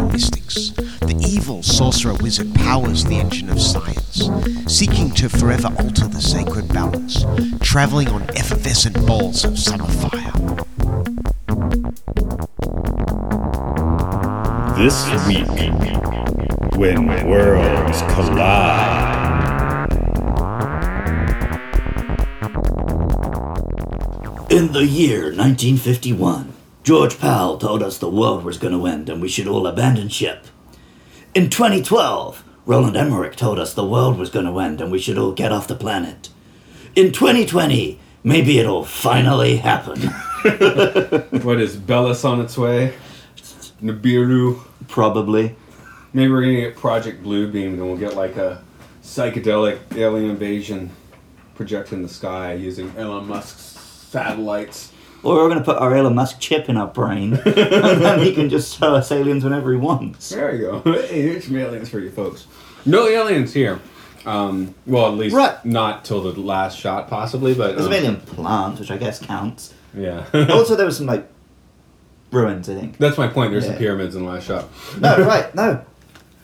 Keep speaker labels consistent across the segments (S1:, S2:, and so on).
S1: of mystics, the evil sorcerer wizard powers the engine of science, seeking to forever alter the sacred balance, traveling on effervescent balls of summer fire.
S2: This week, when worlds collide.
S3: In the year 1951, George Powell told us the world was going to end and we should all abandon ship. In 2012, Roland Emmerich told us the world was going to end and we should all get off the planet. In 2020, maybe it'll finally happen.
S4: What is Bellis on its way? Nibiru.
S3: Probably.
S4: Maybe we're gonna get Project Bluebeam, and we'll get like a psychedelic alien invasion projecting the sky using Elon Musk's satellites.
S3: Or we're going to put our Elon Musk chip in our brain and then he can just show us aliens whenever he wants.
S4: There you go. hey, here's some aliens for you folks. No aliens here. Um, well, at least
S3: Right.
S4: not till the last shot, possibly. But
S3: There's Oh.
S4: um,
S3: an alien plant, which I guess counts.
S4: yeah,
S3: Also, there was some, like, ruins, I think.
S4: that's my point. There's
S3: Yeah.
S4: the pyramids in the last shot.
S3: No, right, no.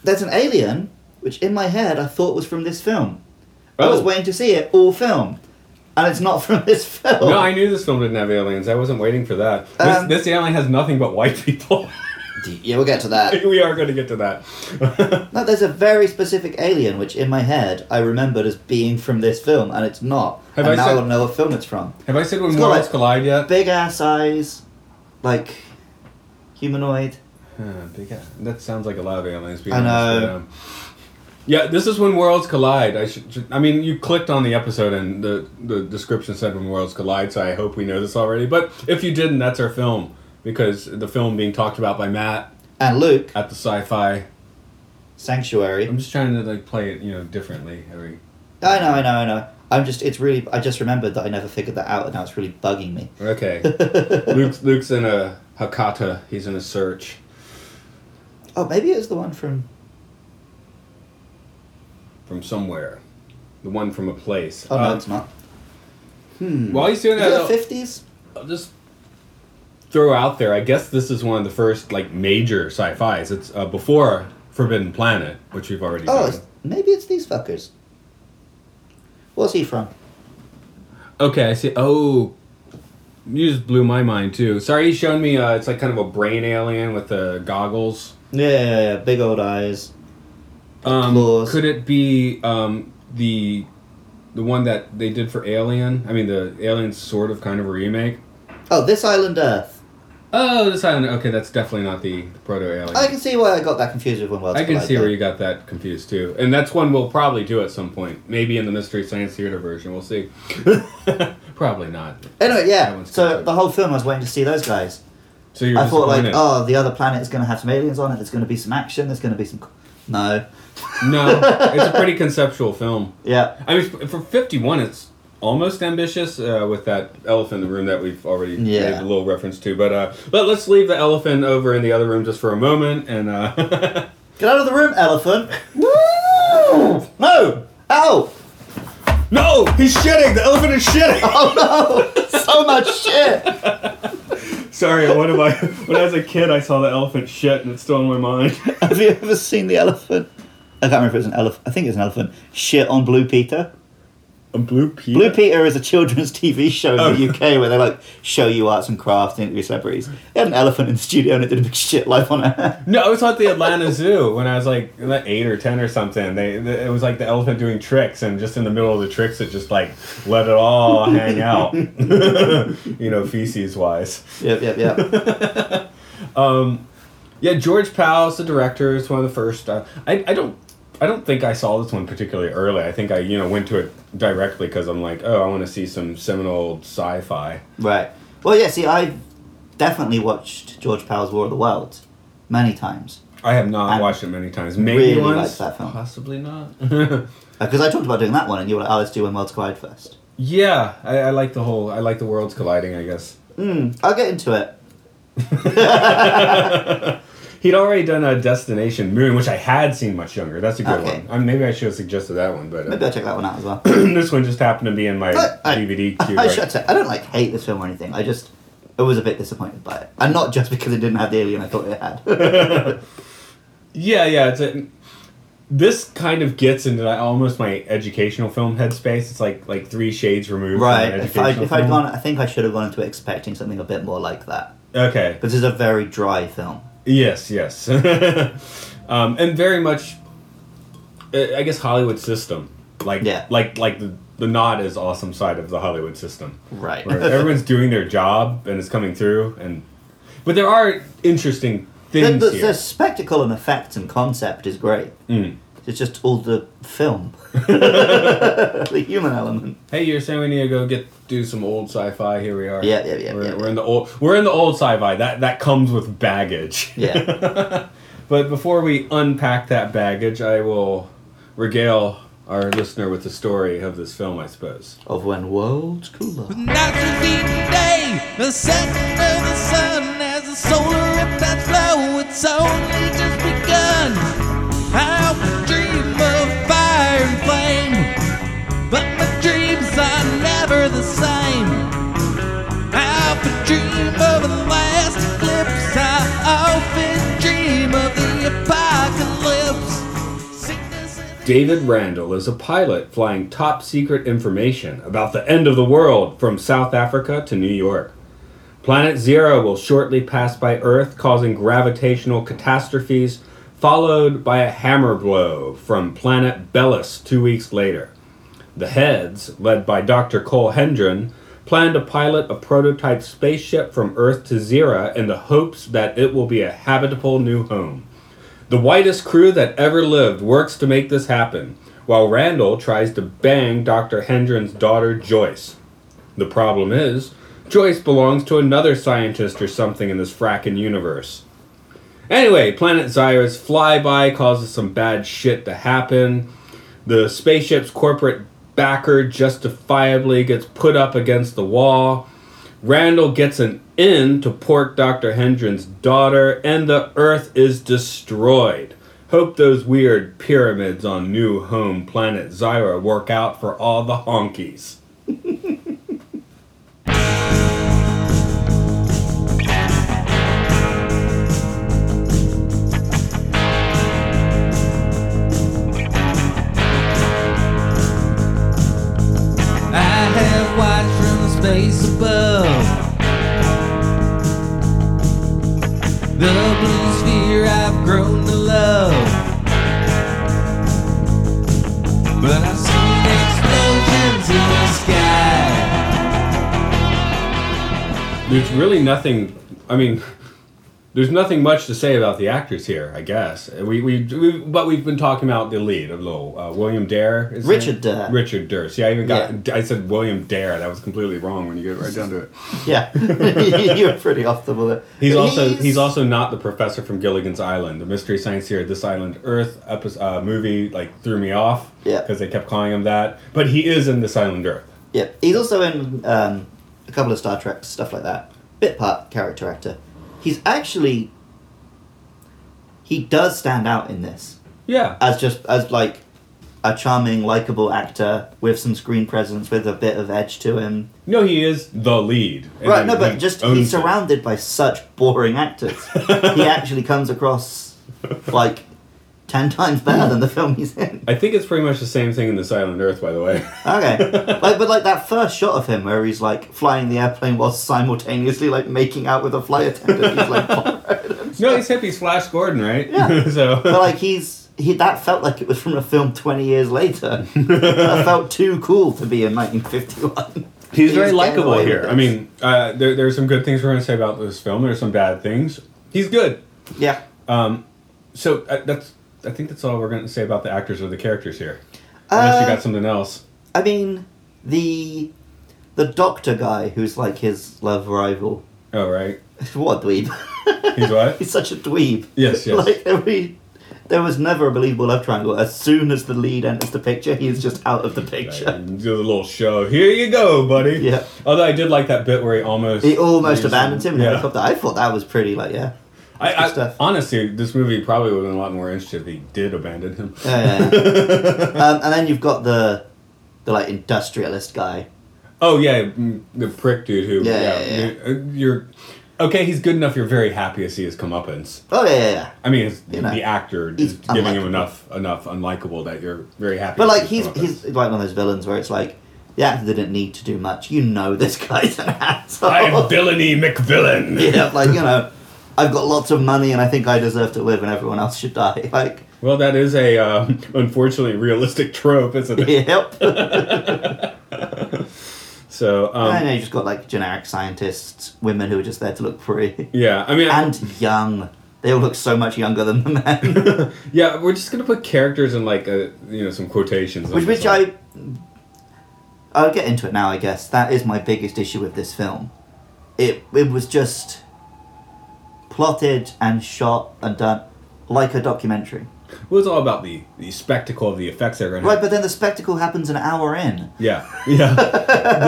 S3: There's an alien, which in my head I thought was from this film. I was
S4: Oh.
S3: waiting to see it all film, and it's not from this film.
S4: No, I knew this film didn't have aliens. I wasn't waiting for that. This,
S3: Um,
S4: this alien has nothing but white people.
S3: Yeah, we'll get to that.
S4: we are going to get to that.
S3: No, there's a very specific alien, which in my head I remembered as being from this film, and it's not.
S4: Have
S3: and
S4: I
S3: now
S4: said-
S3: I want to know what film it's from.
S4: Have I said when
S3: It's got,
S4: worlds
S3: like,
S4: collide yet?
S3: Big ass eyes, like humanoid.
S4: Uh, big ass- that sounds like a lot of aliens. being
S3: I
S4: honest,
S3: know.
S4: but, um, yeah, this is when worlds collide. I should, should- I mean, you clicked on the episode and the the description said when worlds collide. So I hope we know this already. But if you didn't, that's our film because the film being talked about by Matt
S3: And Luke,
S4: at the Sci-Fi.
S3: Sanctuary.
S4: I'm just trying to like play it, you know, differently every.
S3: I know, I know, I know. I'm just, it's really, I just remembered that I never figured that out, and now it's really bugging me.
S4: Okay, Luke's Luke's in a Hakata. He's in a search.
S3: Oh, maybe it was the one from
S4: from somewhere. The one from a place.
S3: Oh no,
S4: Um,
S3: it's not.
S4: While he's doing
S3: Is it
S4: that, I'll,
S3: fifties?
S4: I'll just throw out there. I guess this is one of the first like major sci-fi's. It's uh, before Forbidden Planet, which we've already
S3: Oh,
S4: done.
S3: it's, maybe it's these fuckers. Where's he from?
S4: Okay, I see. Oh, you just blew my mind too. Sorry, he's showing me. Uh, it's like kind of a brain alien with the goggles.
S3: Yeah, yeah, yeah, big old eyes.
S4: Um,
S3: Claws.
S4: could it be um, the the one that they did for Alien? I mean, the Alien's sort of kind of a remake.
S3: Oh, this island Earth.
S4: Oh, this island. Okay, that's definitely not the proto alien.
S3: I can see why I got that confused with One World.
S4: I can see where you got that confused too, and that's one we'll probably do at some point. Maybe in the Mystery Science Theater version, we'll see. probably not.
S3: Anyway,
S4: That
S3: yeah.
S4: one's
S3: So
S4: confused.
S3: the whole film, I was waiting to see those guys.
S4: So you're
S3: I thought like,
S4: disappointed.
S3: oh, the other planet is going to have some aliens on it. There's going to be some action. There's going to be some. No. uh,
S4: no, it's a pretty conceptual film.
S3: Yeah.
S4: I mean, for fifty-one, it's almost ambitious uh, with that elephant in the room that we've already
S3: Yeah.
S4: made a little reference to. But uh, but let's leave the elephant over in the other room just for a moment, and uh,
S3: Get out of the room, elephant. Woo! No. Ow!
S4: no, he's shitting. The elephant is shitting.
S3: Oh no! so much shit.
S4: Sorry, what am I? When I was a kid, I saw the elephant shit, and it's still in my mind.
S3: Have you ever seen the elephant? I can't remember if it's an elephant. I think it's an elephant. Shit on Blue Peter.
S4: A blue pea.
S3: Blue Peter is a children's TV show in the
S4: Oh.
S3: UK where they like show you arts and crafts and interview celebrities. They had an elephant in the studio and it did a big shit life on it.
S4: No, it was at the Atlanta Zoo when I was like like, eight or ten or something. They th- it was like the elephant doing tricks, and just in the middle of the tricks, it just like let it all hang out, you know, feces wise.
S3: yep, yep, yep.
S4: Yeah, George Powell's the director. It's one of the first. Uh, I I don't. I don't think I saw this one particularly early. I think I, you know, went to it directly because I'm like, oh, I want to see some seminal old sci-fi.
S3: Right. Well, yeah, see, I've definitely watched George Powell's War of the Worlds many times.
S4: I have not
S3: I
S4: watched it many times. Maybe
S3: really liked
S4: once,
S3: that film.
S4: possibly not.
S3: Because Uh, I talked about doing that one, and you were like, "Oh, let's do when worlds collide first.
S4: yeah, I, I like the whole. I like the worlds colliding. I guess
S3: I'll get into it.
S4: he'd already done a Destination Moon, which I had seen much younger. That's a good
S3: Okay.
S4: one. I maybe I should have suggested that one, but
S3: Maybe
S4: uh,
S3: I'll check that one out as well.
S4: this one just happened to be in my
S3: But I,
S4: DVD
S3: I,
S4: queue.
S3: I
S4: right?
S3: should say, I don't like hate this film or anything. I just I was a bit disappointed by it, and not just because it didn't have the alien I thought it had.
S4: Yeah, yeah. It's a, this kind of gets into that, almost my educational film headspace. It's like like three shades removed.
S3: right?
S4: From an
S3: If I
S4: educational
S3: if I'd
S4: film.
S3: gone, I think I should have gone into it expecting something a bit more like that.
S4: Okay.
S3: But this is a very dry film.
S4: Yes. Yes. um, and very much, uh, I guess Hollywood system. Like
S3: Yeah.
S4: like like the the not as awesome side of the Hollywood system.
S3: Right.
S4: Where everyone's doing their job and it's coming through and, but there are interesting
S3: the,
S4: things
S3: the,
S4: here. Mm.
S3: the spectacle and effects and concept is great. It's just all the film, the human element.
S4: Hey, you're saying we need to go get do some old sci-fi. Here we are.
S3: Yeah, yeah, yeah,
S4: We're,
S3: yeah,
S4: we're
S3: yeah.
S4: in the old. We're in the old sci-fi. That that comes with baggage.
S3: Yeah,
S4: But before we unpack that baggage, I will regale our listener with the story of this film. I suppose.
S3: of when worlds collide.
S5: Nights within the day, the setting of the sun as the solar impacts flow. It's only just begun. I would dream of fire and flame, but my dreams are never the same. I would dream of the last eclipse. I often dream of the apocalypse. Sickness and
S4: David Randall is a pilot flying top secret information about the end of the world from South Africa to New York. Planet Zero will shortly pass by Earth, causing gravitational catastrophes, followed by a hammer blow from planet Bellis two weeks later. The heads, led by Dr. Cole Hendren, plan to pilot a prototype spaceship from Earth to Zero in the hopes that it will be a habitable new home. The whitest crew that ever lived works to make this happen, while Randall tries to bang Dr. Hendren's daughter Joyce. The problem is, Joyce belongs to another scientist or something in this frackin' universe. Anyway, Planet Zyra's flyby causes some bad shit to happen. The spaceship's corporate backer justifiably gets put up against the wall. Randall gets an in to pork Dr. Hendren's daughter, and the Earth is destroyed. Hope those weird pyramids on new home planet Zyra work out for all the honkies.
S5: I have watched from space above. The blue sphere I've grown to love. But I've seen explosions in the sky.
S4: There's really nothing, I mean, there's nothing much to say about the actors here, I guess. We, we, we But we've been talking about the lead a little. Uh, William Dare? Is his
S3: Richard
S4: name?
S3: Dare.
S4: Richard Dare. See, I even got, I said William Dare. That was completely wrong when you get right down to it.
S3: Yeah, you were pretty off the bullet.
S4: He's also he's also not the professor from Gilligan's Island. The Mystery Science Theater, This Island Earth episode, uh, movie like threw me off
S3: Yeah.
S4: because they kept calling him that. But he is in This Island Earth.
S3: Yeah, he's also in um, a couple of Star Trek stuff like that. Bit part character actor. He's actually he does stand out in this
S4: Yeah,
S3: as just as like a charming, likable actor with some screen presence, with a bit of edge to him.
S4: no, he is the lead. And
S3: right, no,
S4: he- he
S3: but just
S4: owns
S3: he's
S4: it.
S3: surrounded by such boring actors. he actually comes across like ten times better than the film he's in.
S4: I think it's pretty much the same thing in This Island Earth, by the way.
S3: Okay, like, but like that first shot of him where he's like flying the airplane while simultaneously like making out with a flight attendant. He's like,
S4: no, he's hippies Flash Gordon, right?
S3: Yeah.
S4: so
S3: but like he's he that felt like it was from a film twenty years later. that felt too cool to be in nineteen fifty one.
S4: He's very likable here. I mean, uh, there, there's some good things we're going to say about this film. There's some bad things. He's good.
S3: yeah,
S4: So uh, that's I think that's all we're going to say about the actors or the characters here. Unless you
S3: Uh,
S4: got something else.
S3: I mean the the doctor guy who's like his love rival
S4: Oh right.
S3: What a dweeb?
S4: He's what?
S3: He's such a dweeb.
S4: Yes, yes.
S3: Like every, there was never a believable love triangle. As soon as the lead enters the picture, he's just out of the picture.
S4: Do the little show. Here you go, buddy.
S3: Yeah.
S4: Although I did like that bit where he almost
S3: He almost
S4: used-
S3: abandoned him in
S4: Yeah.
S3: a helicopter. I thought that was pretty. Like yeah.
S4: I,
S3: Good
S4: I,
S3: stuff.
S4: Honestly, this movie probably would have been a lot more interesting if he did abandon him.
S3: Yeah, yeah, yeah. um, and then you've got the, the like industrialist guy.
S4: Oh yeah, mm, the prick dude who.
S3: Yeah, yeah, yeah.
S4: You're, you're- okay. He's good enough. You're very happy to see his comeuppance.
S3: Oh yeah, yeah, yeah.
S4: I mean, it's,
S3: You know,
S4: the actor
S3: he's
S4: is giving him
S3: unlikable.
S4: enough enough unlikable that you're very happy.
S3: But
S4: to
S3: like
S4: see his
S3: he's
S4: comeuppance.
S3: he's like one of those villains where it's like the actor didn't need to do much. You know this guy's an asshole.
S4: I am villainy McVillain.
S3: yeah, like you know, I've got lots of money and I think I deserve to live and everyone else should die. Like,
S4: Well, that is a uh, unfortunately realistic trope, isn't it?
S3: yep. and
S4: So um,
S3: then you just got like generic scientists, women who are just there to look pretty
S4: yeah, I mean,
S3: and young. They all look so much younger than the men,
S4: yeah, we're just gonna put characters in like a, you know some quotations. on
S3: which
S4: this
S3: which
S4: one.
S3: I. I'll get into it now, I guess. That is my biggest issue with this film. It it was just plotted and shot and done like a documentary.
S4: It was all about the the spectacle of the effects they're gonna.
S3: Right, but then the spectacle happens an hour in.
S4: Yeah, yeah.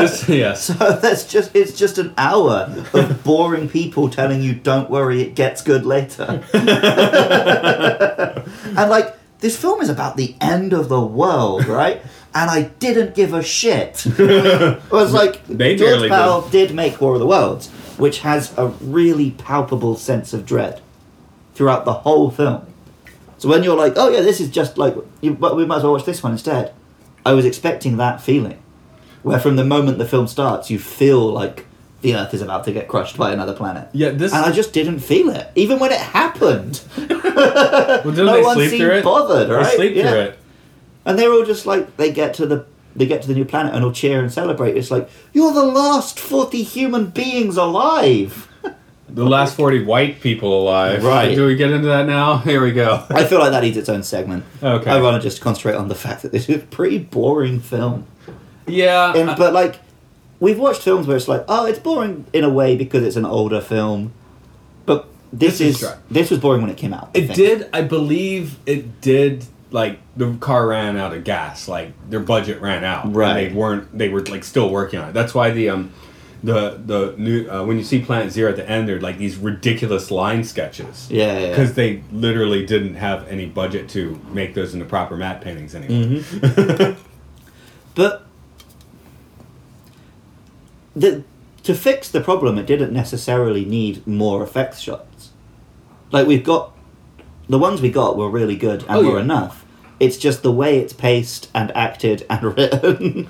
S4: this yes.
S3: That's just it's just an hour of boring people telling you don't worry it gets good later. and like this film is about the end of the world, right? And I didn't give a shit. I was like
S4: They barely
S3: George Powell did make War of the Worlds, which has a really palpable sense of dread throughout the whole film. So when you're like, oh yeah, this is just like, you, but we might as well watch this one instead. I was expecting that feeling, where from the moment the film starts, you feel like the Earth is about to get crushed by another planet.
S4: Yeah, this-
S3: And I just didn't feel it, even when it happened.
S4: Well, didn't
S3: No
S4: they
S3: one
S4: sleep
S3: seemed
S4: through it?
S3: bothered,
S4: They
S3: right?
S4: sleep
S3: Yeah.
S4: through it.
S3: And they're all just like, they get to the they get to the new planet and all cheer and celebrate. It's like you're the last forty human beings alive.
S4: The last forty white people alive.
S3: Right.
S4: Do we get into that now? Here we go.
S3: I feel like that needs its own segment.
S4: Okay.
S3: I want to just concentrate on the fact that this is a pretty boring film.
S4: Yeah.
S3: And,
S4: uh,
S3: Um, but like, we've watched films where it's like, oh, it's boring in a way because it's an older film, but this,
S4: This is
S3: is,
S4: dry.
S3: this was boring when it came out. I
S4: it
S3: think.
S4: did. I believe it did. Like the car ran out of gas. Like their budget ran out. and
S3: Right.
S4: they weren't. They were like still working on it. That's why the um. The the new uh, when you see Planet Zero at the end, they're like these ridiculous line sketches.
S3: Yeah, yeah, yeah.
S4: because they literally didn't have any budget to make those into proper matte paintings anymore.
S3: Mm-hmm. but the, to fix the problem, it didn't necessarily need more effects shots. Like we've got the ones we got were really good and
S4: Oh,
S3: were
S4: yeah.
S3: enough. It's just the way it's paced and acted and written.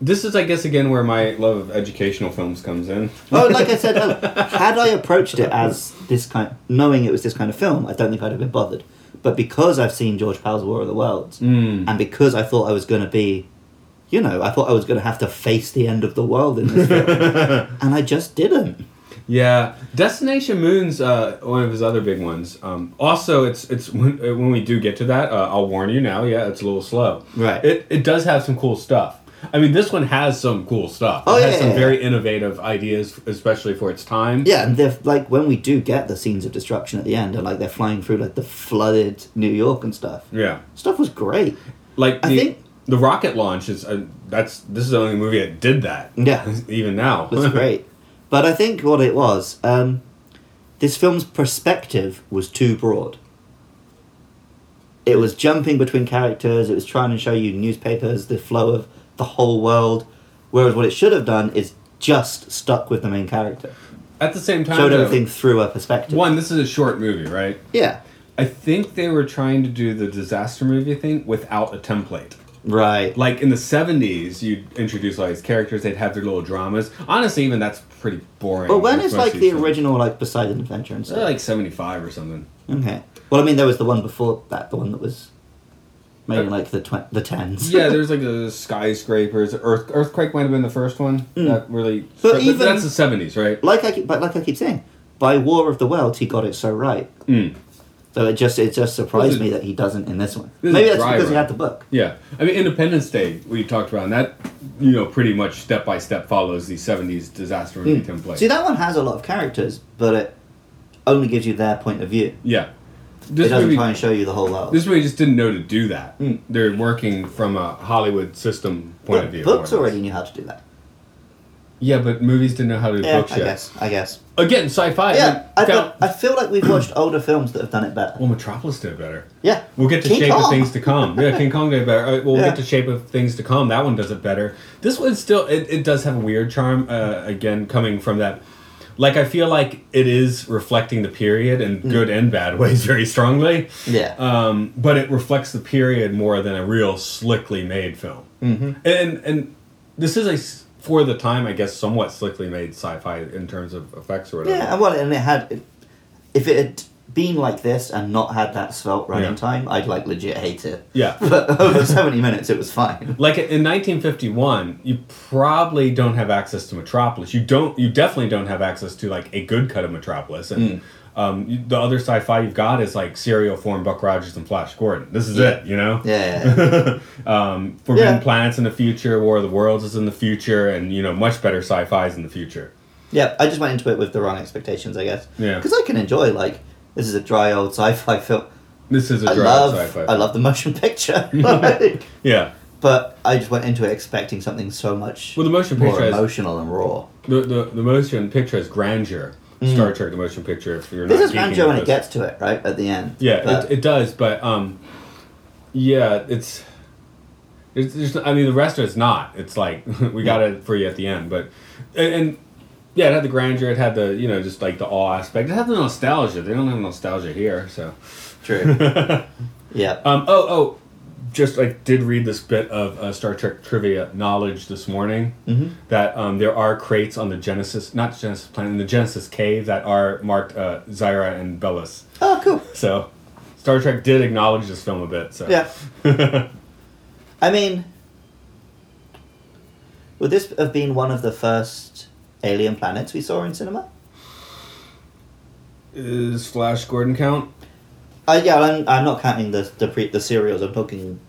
S4: This is, I guess, again where my love of educational films comes in.
S3: Oh, like I said, earlier, had I approached it as this kind, knowing it was this kind of film, I don't think I'd have been bothered. But because I've seen George Powell's War of the Worlds, and because I thought I was going to be, you know, I thought I was going to have to face the end of the world in this film, and I just didn't.
S4: Yeah, Destination Moon's uh, one of his other big ones. Um, also, it's it's when, uh, when we do get to that, uh, I'll warn you now. Yeah, it's a little slow.
S3: Right.
S4: It it does have some cool stuff. I mean, this one has some cool stuff.
S3: Oh,
S4: it has
S3: yeah,
S4: some
S3: yeah,
S4: very innovative ideas, especially for its time.
S3: Yeah, and they're like when we do get the scenes of destruction at the end, and like they're flying through like the flooded New York and stuff.
S4: Yeah.
S3: Stuff was great.
S4: Like the
S3: I think-
S4: the rocket launch is uh, that's this is the only movie that did that.
S3: Yeah.
S4: Even now.
S3: It was great. But I think what it was, um, this film's perspective was too broad. It was jumping between characters, it was trying to show you newspapers, the flow of the whole world, whereas what it should have done is just stuck with the main character.
S4: At the same time,
S3: Showed
S4: though,
S3: everything through a perspective.
S4: One, this is a short movie, right?
S3: Yeah.
S4: I think they were trying to do the disaster movie thing without a template.
S3: Right.
S4: Like in the 70s, you'd introduce all these characters, they'd have their little dramas. Honestly, even that's pretty boring.
S3: But when is
S4: Most
S3: like
S4: of
S3: the
S4: these
S3: original like Poseidon Adventure and
S4: films. They're
S3: stuff?
S4: like 75 or something.
S3: Okay. Well, I mean, there was the one before that, the one that was made in like the tw- the tens.
S4: Uh, Yeah, there's like the skyscrapers. Earth, earthquake might have been the first one. That really.
S3: Mm. But
S4: that-
S3: even-
S4: that's the 70s, right?
S3: like I keep, but like I keep saying, by War of the Worlds, he got it so right. So it just it just surprised
S4: Hmm. This is-
S3: me that he doesn't in this one.
S4: this is
S3: Maybe that's
S4: dry
S3: because he
S4: run.
S3: had the book.
S4: Yeah, I mean Independence Day we talked about, and that you know pretty much step by step follows the '70s disaster movie template.
S3: Mm. See, that one has a lot of characters, but it only gives you their point of view.
S4: Yeah, this
S3: it doesn't
S4: movie
S3: try and show you the whole world.
S4: this movie just didn't know to do that.
S3: Mm.
S4: They're working from a Hollywood system point
S3: But
S4: of view.
S3: books
S4: more or less.
S3: already knew how to do that.
S4: Yeah, but movies didn't know how to do
S3: Yeah,
S4: books
S3: I
S4: yet.
S3: guess. I guess.
S4: Again, sci-fi.
S3: Yeah, I
S4: I mean,
S3: feel, I feel like we've watched older films that have done it better.
S4: well, Metropolis did better.
S3: Yeah,
S4: We'll get to
S3: King
S4: shape
S3: Kong.
S4: of things to come. Yeah, King Kong did better. All right, We'll
S3: Yeah.
S4: get to shape of things to come. That one does it better. This one still it, it does have a weird charm. Uh, again, coming from that, like I feel like it is reflecting the period in
S3: Mm.
S4: good and bad ways very strongly.
S3: Yeah.
S4: Um, but it reflects the period more than a real slickly made film. Mm-hmm. And and this is a s- for the time I guess somewhat slickly made sci-fi in terms of effects or whatever.
S3: Yeah, and well, and it had. If it had been like this and not had that svelte running
S4: Yeah.
S3: time, I'd like legit hate it.
S4: Yeah.
S3: But over seventy minutes, it was fine.
S4: like in 1951 you probably don't have access to metropolis you don't you definitely don't have access to like a good cut of metropolis
S3: Mm.
S4: and um, you, the other sci-fi you've got is like serial form buck rogers and flash gordon this is it you know
S3: Yeah, yeah, yeah.
S4: um, forbidden
S3: Yeah.
S4: planets in the future war of the worlds is in the future and you know much better sci-fi is in the future
S3: yeah. I just went into it with the wrong expectations, I guess.
S4: Yeah.
S3: Because I can enjoy like this is a dry old sci-fi film.
S4: this is a
S3: I
S4: dry
S3: love,
S4: sci-fi
S3: I love the motion picture. like,
S4: yeah
S3: but I just went into it expecting something so much
S4: well the motion
S3: more
S4: picture has,
S3: emotional and raw.
S4: the, the, the motion picture has grandeur star trek the motion picture if you're
S3: Mm. This
S4: not
S3: is
S4: geeking
S3: Banjo when
S4: at
S3: it
S4: this.
S3: gets to it, right at the end.
S4: Yeah,
S3: But-
S4: it, it does, but um, yeah, it's it's. There's, I mean, the rest of it's not. It's like we got it for you at the end, but and, and yeah, it had the grandeur. It had the you know just like the awe aspect. It had the nostalgia. They don't have nostalgia here, so.
S3: true. yeah.
S4: Um, oh, oh, just I did read this bit of uh, Star Trek trivia knowledge this morning that um, there are crates on the Genesis, not Genesis planet, in the Genesis cave that are marked uh, Zyra and Bellis.
S3: oh, cool.
S4: So, Star Trek did acknowledge this film a bit. So
S3: Yeah. I mean, would this have been one of the first alien planets we saw in cinema?
S4: is Flash Gordon count?
S3: Uh, yeah, I'm, I'm not counting the the, pre, the serials. I'm talking.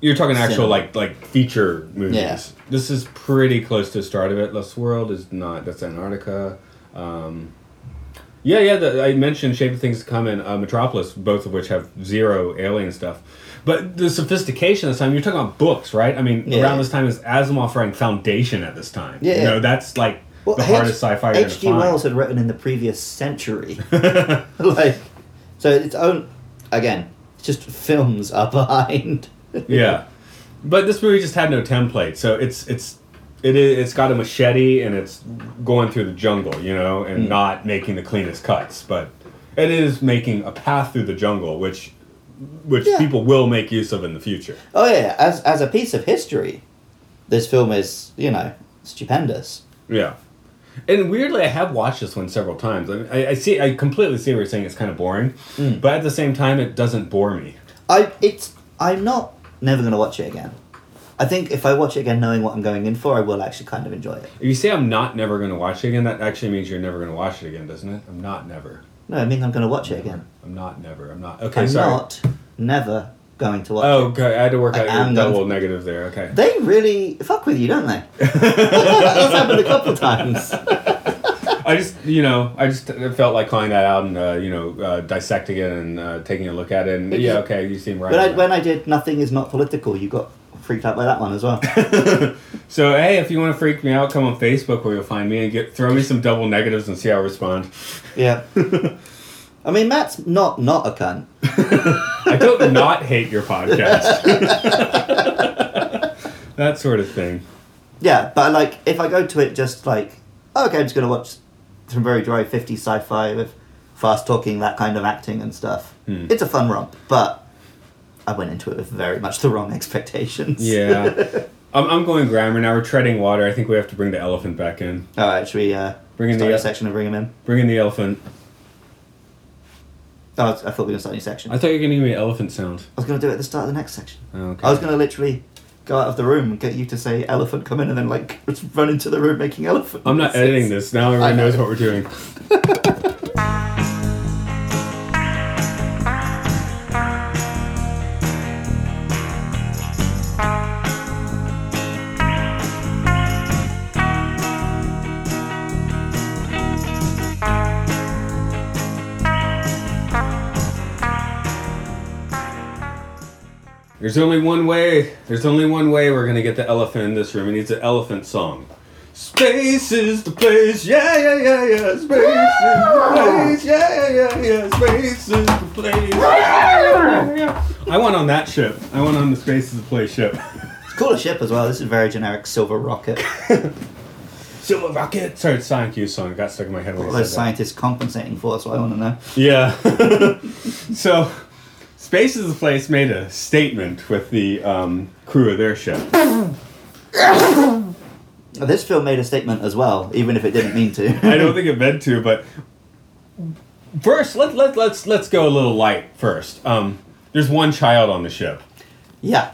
S4: You're talking actual
S3: Cinema.
S4: like like feature movies.
S3: Yeah.
S4: This is pretty close to the start of it. Lost World is not. That's Antarctica. Um, yeah, yeah. The, I mentioned Shape of Things to Come and uh, Metropolis, both of which have zero alien stuff. But the sophistication this time, you're talking about books, right? I mean,
S3: Yeah.
S4: around this time is Asimov writing Foundation at this time.
S3: Yeah,
S4: You
S3: yeah.
S4: know, that's like
S3: Well,
S4: the
S3: H-
S4: hardest sci-fi you're
S3: H.G.
S4: gonna
S3: Wells
S4: find.
S3: had written in the previous century. like, so its own. Again, it's just films are behind.
S4: yeah but this movie just had no template so it's it's it is, it's got a machete and it's going through the jungle you know
S3: Hmm.
S4: and not making the cleanest cuts but it is making a path through the jungle which which
S3: Yeah.
S4: people will make use of in the future
S3: Oh yeah, as as a piece of history, this film is you know stupendous.
S4: yeah and weirdly i have watched this one several times i, mean, I, I see i completely see what you're saying it's kind of boring
S3: Hmm.
S4: but at the same time it doesn't bore me
S3: I it's I'm not never gonna watch it again. I think if I watch it again, knowing what I'm going in for, I will actually kind of enjoy it.
S4: if you say i'm not never going to watch it again that actually means you're never going to watch it again doesn't it i'm not never
S3: No, I mean I'm gonna watch it again.
S4: i'm not never i'm not okay
S3: I'm
S4: sorry
S3: not never going to watch.
S4: Oh,
S3: it.
S4: okay. I had to work
S3: I
S4: out
S3: am
S4: your
S3: going
S4: double
S3: to-
S4: negative there. Okay.
S3: They really fuck with you, don't they? That's happened a couple times.
S4: I just, you know, I just felt like calling that out and, uh, you know, uh, dissecting it and uh, taking a look at it. And yeah, okay, you seem right.
S3: When I
S4: on that.
S3: when I did nothing is not political, you got freaked out by that one as well.
S4: so, hey, if you want to freak me out, come on Facebook where you'll find me and get throw me some double negatives and see how I respond.
S3: yeah. I mean, Matt's not not a cunt.
S4: I don't not hate your podcast. that sort of thing.
S3: Yeah, but like if I go to it just like okay, I'm just gonna watch some very dry 50 sci-fi with fast talking, that kind of acting and stuff.
S4: Hmm.
S3: It's a fun romp, but I went into it with very much the wrong expectations.
S4: Yeah. I'm, I'm going grammar now. We're treading water. I think we have to bring the elephant back in.
S3: All right, should we uh,
S4: Bring in
S3: start
S4: the-
S3: a section and bring him in?
S4: Bring in the elephant.
S3: Oh, I was- I thought we were gonna start a new section. I,
S4: I thought you were going to give me elephant sound. Oh,
S3: was gonna do it at the start of the next section.
S4: Okay.
S3: I was gonna literally go out of the room and get you to say elephant come in and then like run into the room making elephant.
S4: I'm not
S3: noises.
S4: editing this. Now everyone
S3: know.
S4: knows what we're doing. There's only one way. There's only one way we're gonna get the elephant in this room. He needs an elephant song. Space is the place, yeah, yeah, yeah, yeah. Space is the place, yeah, yeah, yeah, yeah. Space is the place. yeah, yeah, yeah. I went on that ship. I went on the space is the place ship.
S3: It's called a ship as well. This is very generic silver rocket.
S4: Silver rocket. Sorry, it's Sonic Youth song. It got stuck in my head when
S3: What
S4: I
S3: are
S4: said
S3: those
S4: that.
S3: scientists compensating for? That's what I want to know.
S4: Yeah. so, Space is the Place made a statement with the um, crew of their ship.
S3: This film made a statement as well, even if it didn't mean to.
S4: I don't think it meant to, but first, let, let, let's, let's go a little light first. Um, there's one child on the ship.
S3: yeah.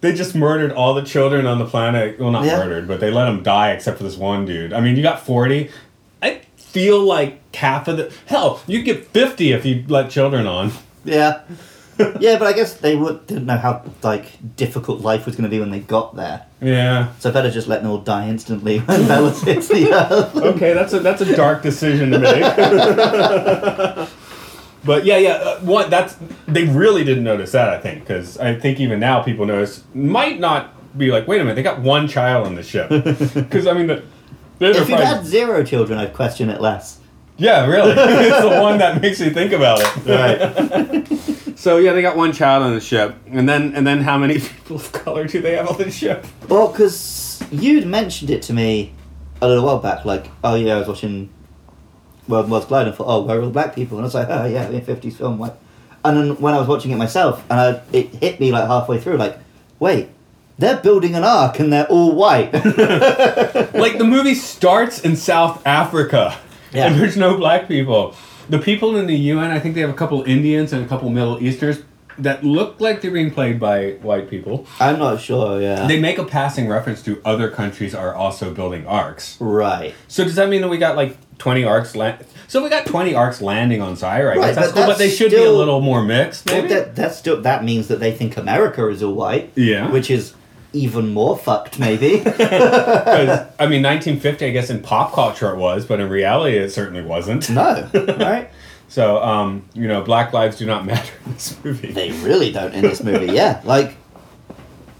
S4: They just murdered all the children on the planet. Well, not
S3: Yeah.
S4: murdered, but they let them die except for this one dude. I mean, you got 40. I feel like half of the. Hell, you get 50 if you let children on.
S3: Yeah. yeah, but I guess they would, didn't know how like difficult life was going to be when they got there.
S4: Yeah.
S3: So better just let them all die instantly when Bella hits the earth.
S4: okay, that's a that's a dark decision to make. but yeah, yeah, uh, one that's they really didn't notice that I think because I think even now people notice might not be like, wait a minute, they got one child on the ship because I mean the. they're
S3: If you
S4: probably-
S3: had zero children, I'd question it less.
S4: yeah, really. it's the one that makes you think about it.
S3: Right.
S4: So yeah, they got one child on the ship, and then and then how many people of color do they have on the ship?
S3: well, because you'd mentioned it to me a little while back, like, oh yeah, I was watching World Wars Glide and thought, oh, we're all black people. And I was like, oh yeah, in 50s film. Like, and then when I was watching it myself, and I, it hit me like halfway through, like, wait, they're building an ark and they're all white.
S4: like the movie starts in South Africa,
S3: Yeah.
S4: and there's no black people. The people in the UN, I think they have a couple Indians and a couple Middle Easterners that look like they're being played by white people.
S3: I'm not sure, yeah.
S4: They make a passing reference to other countries are also building arcs.
S3: right.
S4: So does that mean that we got like 20 arcs land? So we got 20 arcs landing on Zaire. I guess
S3: Right,
S4: that's
S3: but
S4: cool, but
S3: that's
S4: they should be a
S3: still-
S4: little more mixed.
S3: Well,
S4: Maybe?
S3: that, that's still, that means that they think America is all white.
S4: Yeah.
S3: Which is even more fucked, maybe.
S4: 'Cause, I mean, 1950, I guess in pop culture it was, but in reality it certainly wasn't.
S3: no, right?
S4: So, um, you know, black lives do not matter in this movie.
S3: They really don't in this movie, yeah. Like,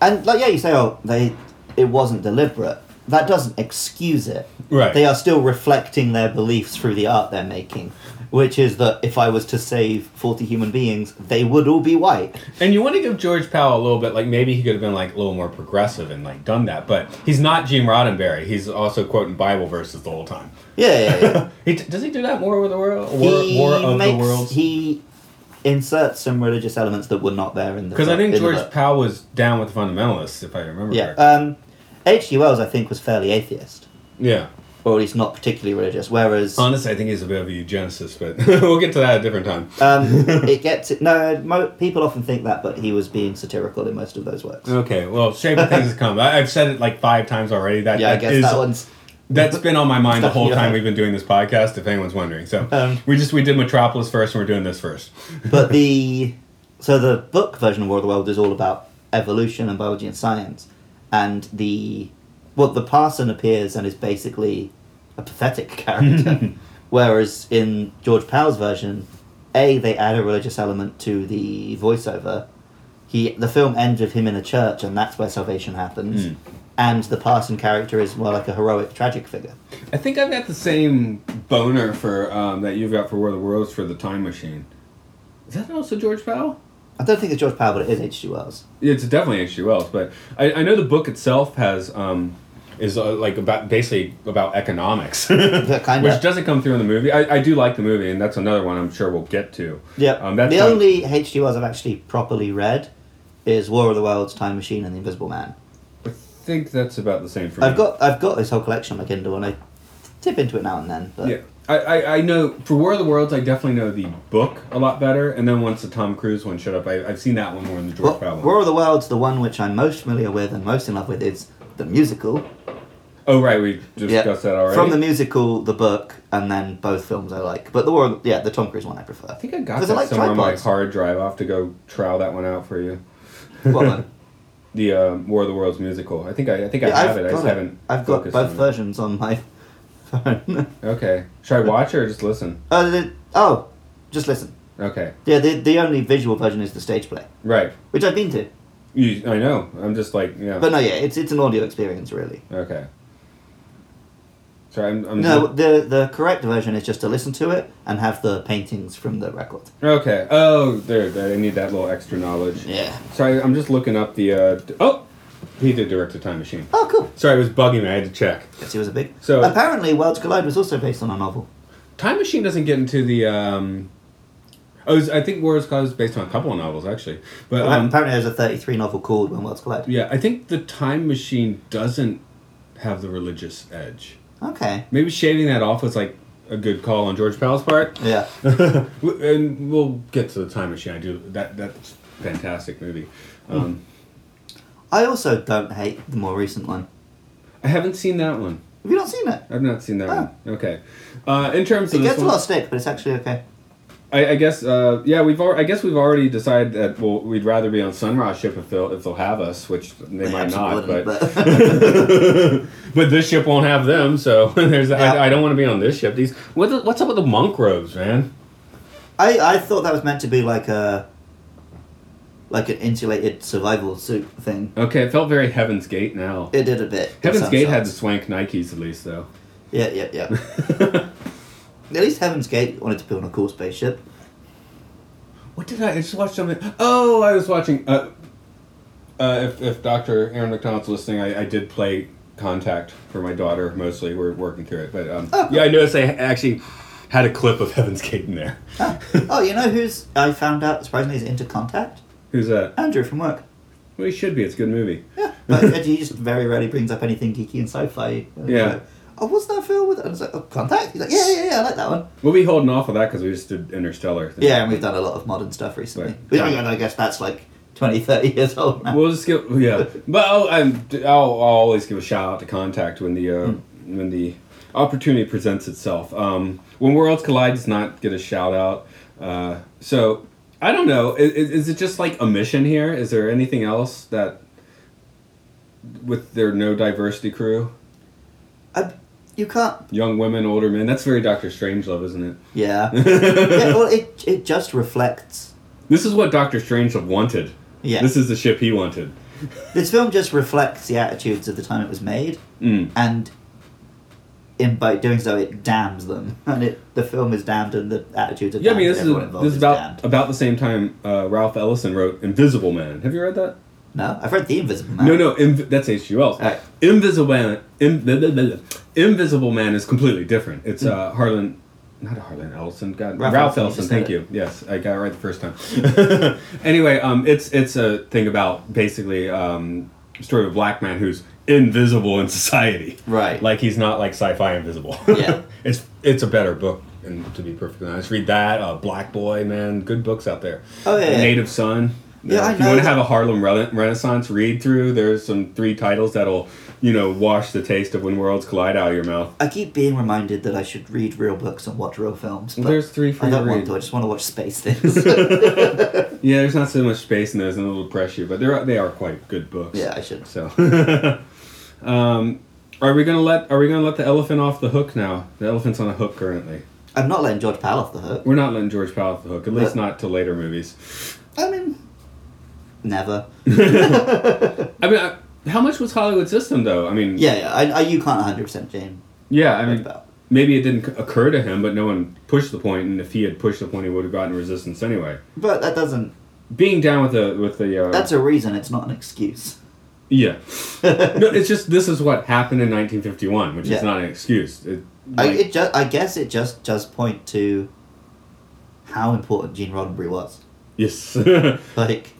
S3: and like, yeah, you say, oh, they, it wasn't deliberate. That doesn't excuse it.
S4: Right.
S3: They are still reflecting their beliefs through the art they're making, which is that if I was to save 40 human beings, they would all be white.
S4: And you want to give George Powell a little bit, like maybe he could have been like a little more progressive and like done that, but he's not Gene Roddenberry. He's also quoting Bible verses the whole time.
S3: Yeah, yeah, yeah.
S4: He t- does he do that more with the world? War, War of the Worlds?
S3: He inserts some religious elements that were not there in the.
S4: Because I think
S3: in the
S4: George
S3: book.
S4: Powell was down with fundamentalists, if I remember
S3: yeah.
S4: correctly.
S3: Um, H. G. Wells, I think, was fairly atheist,
S4: yeah.
S3: or at least not particularly religious. Whereas
S4: Honestly, I think he's a bit of a eugenicist, but we'll get to that at a different time.
S3: um, it gets it, no mo- people often think that, but he was being satirical in most of those works.
S4: Okay, well, shape of things to come. I, I've said it like five times already. That,
S3: yeah, I
S4: that
S3: guess
S4: is-
S3: that one's
S4: That's been on my mind the whole
S3: Yeah.
S4: time we've been doing this podcast. If anyone's wondering, so
S3: Um,
S4: we just we did Metropolis first, and we're doing this first.
S3: but the so the book version of War of the World is all about evolution and biology and science, and the well the parson appears and is basically a pathetic character, whereas in George Powell's version, a they add a religious element to the voiceover. He the film ends with him in a church, and that's where salvation happens. And the parson character is more like a heroic tragic figure.
S4: I think I've got the same boner for um, that you've got for War of the Worlds for the Time Machine. Is that also George Powell?
S3: I don't think it's George Powell, but it is H.G. Wells.
S4: It's definitely H.G. Wells, but I, I know the book itself has um, is uh, like about basically about economics,
S3: That kind
S4: which
S3: of
S4: doesn't come through in the movie. I, I do like the movie, and that's another one I'm sure we'll get to.
S3: Yeah.
S4: um, that's
S3: the
S4: one-
S3: only H.G. Wells I've actually properly read is War of the Worlds, Time Machine, and The Invisible Man.
S4: I think that's about the same for me.
S3: I've got I've got this whole collection on my Kindle, and I tip into it now and then. But
S4: Yeah. I, I, I know for War of the Worlds I definitely know the book a lot better, and then once the Tom Cruise one showed up, I, I've seen that one more than the George
S3: Well,
S4: Powell. one.
S3: War of the Worlds, the one which I'm most familiar with and most in love with, is the musical.
S4: Oh right, we discussed that already.
S3: From the musical, the book, and then both films I like. But the War, of the, yeah, the Tom Cruise one I prefer.
S4: I think I got
S3: Because
S4: that somewhere on my
S3: tripods.
S4: hard drive. I will have to go trial that one out for you.
S3: What one?
S4: The um, War of the Worlds musical. I think I, I think I
S3: Yeah,
S4: have it. I just haven't.
S3: I've got
S4: focused
S3: both
S4: on it.
S3: versions on my phone.
S4: Okay. Should I watch it or just listen?
S3: oh, the- oh, just listen.
S4: Okay.
S3: Yeah, the, the only visual version is the stage play,
S4: Right.
S3: which I've been to.
S4: You, I know. I'm just like yeah.
S3: But no, yeah, it's it's an audio experience really.
S4: okay. So I'm. I'm
S3: No, the the correct version is just to listen to it and have the paintings from the record.
S4: Okay. Oh, there, there. I need that little extra knowledge.
S3: Yeah.
S4: Sorry, I'm just looking up the. Uh, d- oh, he did direct a time machine.
S3: Oh, cool.
S4: Sorry, it was bugging me. I had to check.
S3: Because he was a big.
S4: So-
S3: apparently, Worlds Collide was also based on a novel.
S4: Time Machine doesn't get into the. Um, oh, it's- I think War is Cause is based on a couple of novels actually, but um,
S3: apparently, there's a 33 novel called When Worlds Collide.
S4: yeah, I think the Time Machine doesn't have the religious edge.
S3: Okay.
S4: Maybe shaving that off was like a good call on George Powell's part.
S3: Yeah.
S4: W- and we'll get to the Time Machine. I do that. That's a fantastic movie.
S3: Hmm.
S4: Um,
S3: I also don't hate the more recent one.
S4: I haven't seen that one.
S3: Have you not seen it?
S4: I've not seen that
S3: Oh.
S4: one. Okay. Uh, in terms of
S3: it
S4: this
S3: gets a
S4: one,
S3: lot of stick, but it's actually okay.
S4: I, I guess uh, yeah, we've al- I guess we've already decided that well, we'd rather be on Sunrise ship if they'll if they'll have us, which they
S3: They
S4: might
S3: actually
S4: not,
S3: wouldn't,
S4: but but this ship won't have them. So there's
S3: Yeah.
S4: I, I don't want to be on this ship. These what the, what's up with the monk robes, man?
S3: I, I thought that was meant to be like a like an insulated survival suit thing.
S4: Okay, it felt very Heaven's Gate now.
S3: It did a bit. in
S4: Heaven's
S3: some
S4: Gate had the
S3: shots.
S4: swank Nikes at least though.
S3: Yeah, yeah, yeah. At least Heaven's Gate wanted to build a cool spaceship.
S4: What did I, I just watched something? Oh, I was watching. Uh, uh, if if Doctor Aaron McDonald's listening, I, I did play Contact for my daughter mostly. We're working through it, but um, yeah, I noticed I actually had a clip of Heaven's Gate in there.
S3: Oh, you know who's I found out surprisingly is into contact?
S4: Who's that?
S3: Andrew from work.
S4: Well, he should be. It's a good movie.
S3: Yeah, but uh, he just very rarely brings up anything geeky and sci-fi. And
S4: Yeah.
S3: like, oh, what's that film with? And I was like, oh, Contact. He's like, yeah, yeah, yeah, I like that one.
S4: We'll be holding off of that because we just did Interstellar.
S3: Yeah, and we've done a lot of modern stuff recently.
S4: Right.
S3: Which, I mean, I guess that's like 20, 30 years old now.
S4: We'll just skip. Yeah, but I'll, I'm, I'll, I'll always give a shout out to Contact when the uh, when the opportunity presents itself. Um, when Worlds Collide does not get a shout out, uh, so I don't know. Is, is it just like a mission here? Is there anything else that with their no diversity crew,
S3: I, you can't.
S4: young women, older men? That's very Doctor Strangelove, isn't it?
S3: Yeah. yeah well, it it just reflects.
S4: This is what Doctor Strangelove wanted.
S3: Yeah.
S4: This is the ship he wanted.
S3: This film just reflects the attitudes of the time it was made,
S4: Mm.
S3: and in by doing so, it damns them. And it the film is damned, and the attitudes of
S4: Yeah, I mean, this is,
S3: everyone involved
S4: this is
S3: damned.
S4: about about the same time uh, Ralph Ellison wrote Invisible Man. Have you read that?
S3: No, I've read The Invisible Man.
S4: No, no, inv- that's H.G. Wells.
S3: Alright.
S4: Invisible Man, in- blah, blah, blah, blah. Invisible Man is completely different. It's uh, Harlan, not Harlan Ellison. God,
S3: Hmm. Ralph Ellison,
S4: Ralph,
S3: you
S4: Ellison.
S3: just
S4: Thank
S3: said it.
S4: you. Yes, I got it right the first time. anyway, um, it's it's a thing about basically um, story of a black man who's invisible in society.
S3: Right.
S4: Like he's not like sci-fi invisible.
S3: Yeah.
S4: it's it's a better book. And to be perfectly honest, read that. Uh, Black Boy, man, good books out there.
S3: Oh, yeah,
S4: The
S3: yeah.
S4: Native Son.
S3: Yeah, I
S4: if you
S3: know
S4: want to
S3: that-
S4: have a Harlem rena- Renaissance read through, there's some three titles that'll, you know, wash the taste of When Worlds Collide out of your mouth.
S3: I keep being reminded that I should read real books and watch real films. But
S4: There's three for
S3: I
S4: you to
S3: don't want
S4: read.
S3: to. I just want to watch space things.
S4: Yeah, there's not so much space in those, and it'll depress you, but they're they are quite good books.
S3: yeah, I should.
S4: So, um, are we gonna let are we gonna let the elephant off the hook now? The elephant's on a hook currently.
S3: I'm not letting George Pal off the hook.
S4: We're not letting George Powell off the hook, at least
S3: Yeah.
S4: not till later movies.
S3: I mean, never.
S4: I mean, I, how much was Hollywood system though? I mean,
S3: Yeah, yeah. I, I, you can't 100 percent Jane.
S4: yeah. I mean,
S3: About.
S4: maybe it didn't occur to him, but no one pushed the point, and if he had pushed the point, he would have gotten resistance anyway.
S3: But that doesn't.
S4: being down with the with the uh,
S3: That's a reason. It's not an excuse.
S4: yeah no it's just this is what happened in 1951 which
S3: Yeah.
S4: is not an excuse it,
S3: I,
S4: like-
S3: it just. I guess it just does point to how important Gene Roddenberry was.
S4: yes
S3: Like,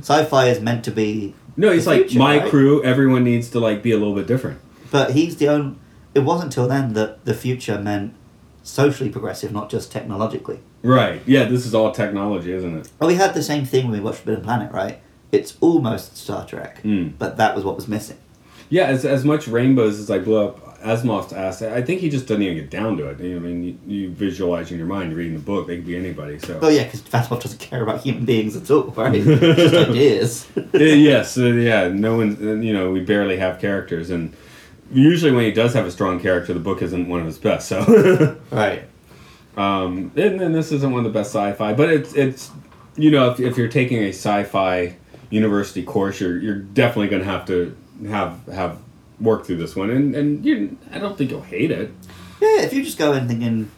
S3: sci-fi is meant to be.
S4: no it's
S3: the
S4: like
S3: future,
S4: my
S3: right?
S4: crew everyone needs to like be a little bit different
S3: But he's the only. It wasn't till then that the future meant socially progressive, not just technologically.
S4: right yeah this is all technology isn't it
S3: Well, we had the same thing when we watched Forbidden Planet, right? It's almost Star Trek,
S4: Mm.
S3: but that was what was missing.
S4: yeah as, as much rainbows as i blew up asimov's ass i think he just doesn't even get down to it i mean you, you visualize in your mind you're reading the book they could be anybody so
S3: Well, Oh, yeah, because Vanov doesn't care about human beings at all, right? Just ideas.
S4: Uh, yes, uh, yeah. No one, uh, you know, we barely have characters, and usually when he does have a strong character, the book isn't one of his best. So,
S3: right.
S4: Um, and, and this isn't one of the best sci-fi, but it's it's you know if, if you're taking a sci-fi university course, you're you're definitely gonna have to have have work through this one, and and you I don't think you'll hate it.
S3: Yeah, if you just go in thinking,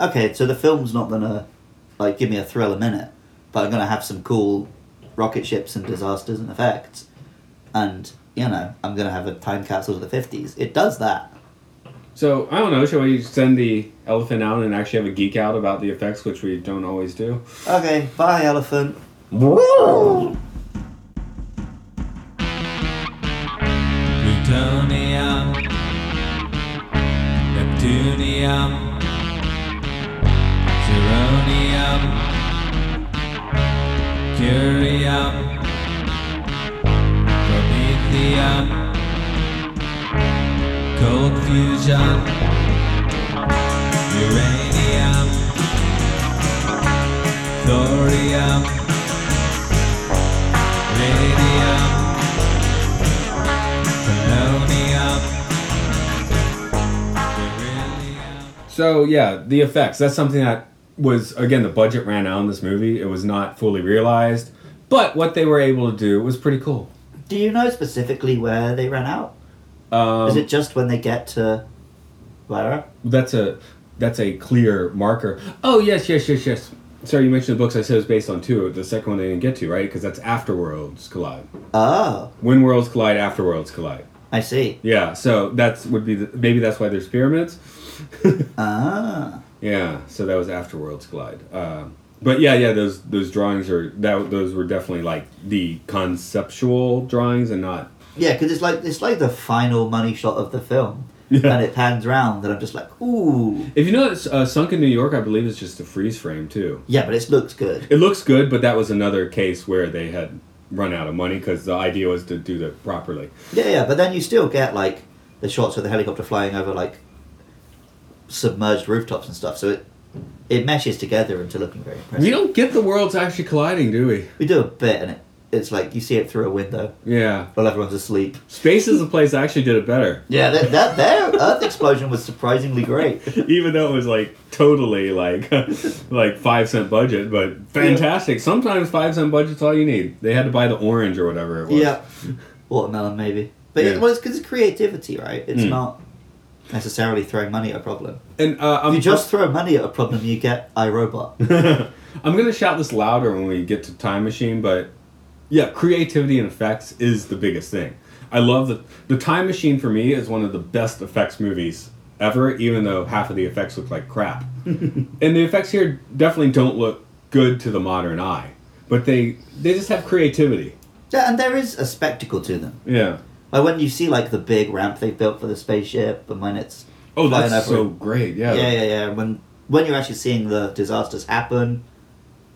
S3: okay, so the film's not gonna like give me a thrill a minute, but I'm gonna have some cool rocket ships and disasters and effects, and you know I'm gonna have a time capsule of the fifties. It does that.
S4: So I don't know. Shall we send the elephant out and actually have a geek out about the effects, which we don't always do?
S3: Okay, bye elephant.
S5: Plutonium, Neptunium, Zironium, Curium, Promethium, Cold Fusion, Uranium, Thorium, Radium. Polonium. Beryllium.
S4: So yeah, the effects. That's something that was again the budget ran out in this movie. It was not fully realized, but what they were able to do was pretty cool.
S3: Do you know specifically where they ran out?
S4: Um,
S3: Is it just when they get to Lyra?
S4: That's a that's a clear marker. Oh yes, yes, yes, yes. Sorry, you mentioned the books. I said it was based on two. The second one they didn't get to, right? Because that's after worlds collide.
S3: Oh,
S4: When worlds collide, after worlds collide.
S3: I see.
S4: Yeah. So that's would be the, maybe that's why there's pyramids.
S3: Ah,
S4: Yeah, so that was after Worlds Collide. Um, but yeah, yeah, those those drawings are that those were definitely like the conceptual drawings and not.
S3: yeah, because it's like it's like the final money shot of the film,
S4: Yeah.
S3: and it pans round, and I'm just like, ooh,
S4: If you notice, uh, Sunk in New York, I believe is just a freeze frame too.
S3: yeah, but it looks good.
S4: It looks good, but that was another case where they had run out of money because the idea was to do that properly.
S3: Yeah, yeah, but then you still get like the shots of the helicopter flying over like submerged rooftops and stuff. So it it meshes together into looking very impressive.
S4: We don't get the worlds actually colliding, do we?
S3: We do a bit, and it it's like you see it through a window
S4: Yeah,
S3: while everyone's asleep.
S4: space is a place that actually did it better,
S3: Yeah, that, that their Earth explosion was surprisingly great.
S4: even though it was like totally like like five cent budget, but fantastic. Sometimes five cent budget's all you need. They had to buy the orange or whatever it was.
S3: Yeah, watermelon maybe, but
S4: Yeah.
S3: it was because it's creativity, right? It's
S4: Mm.
S3: not necessarily throwing money at a problem.
S4: And uh,
S3: If
S4: I'm
S3: you just throw money at a problem, you get iRobot.
S4: I'm gonna shout this louder when we get to Time Machine, but yeah, creativity and effects is the biggest thing. I love the the Time Machine for me is one of the best effects movies ever, even though half of the effects look like crap. and the effects here definitely don't look good to the modern eye, but they they just have creativity.
S3: yeah, and there is a spectacle to them.
S4: Yeah.
S3: Like when you see like the big ramp they built for the spaceship, and when it's
S4: Oh,
S3: flying
S4: that's
S3: over-
S4: so great. Yeah.
S3: yeah, yeah, yeah. When when you're actually seeing the disasters happen,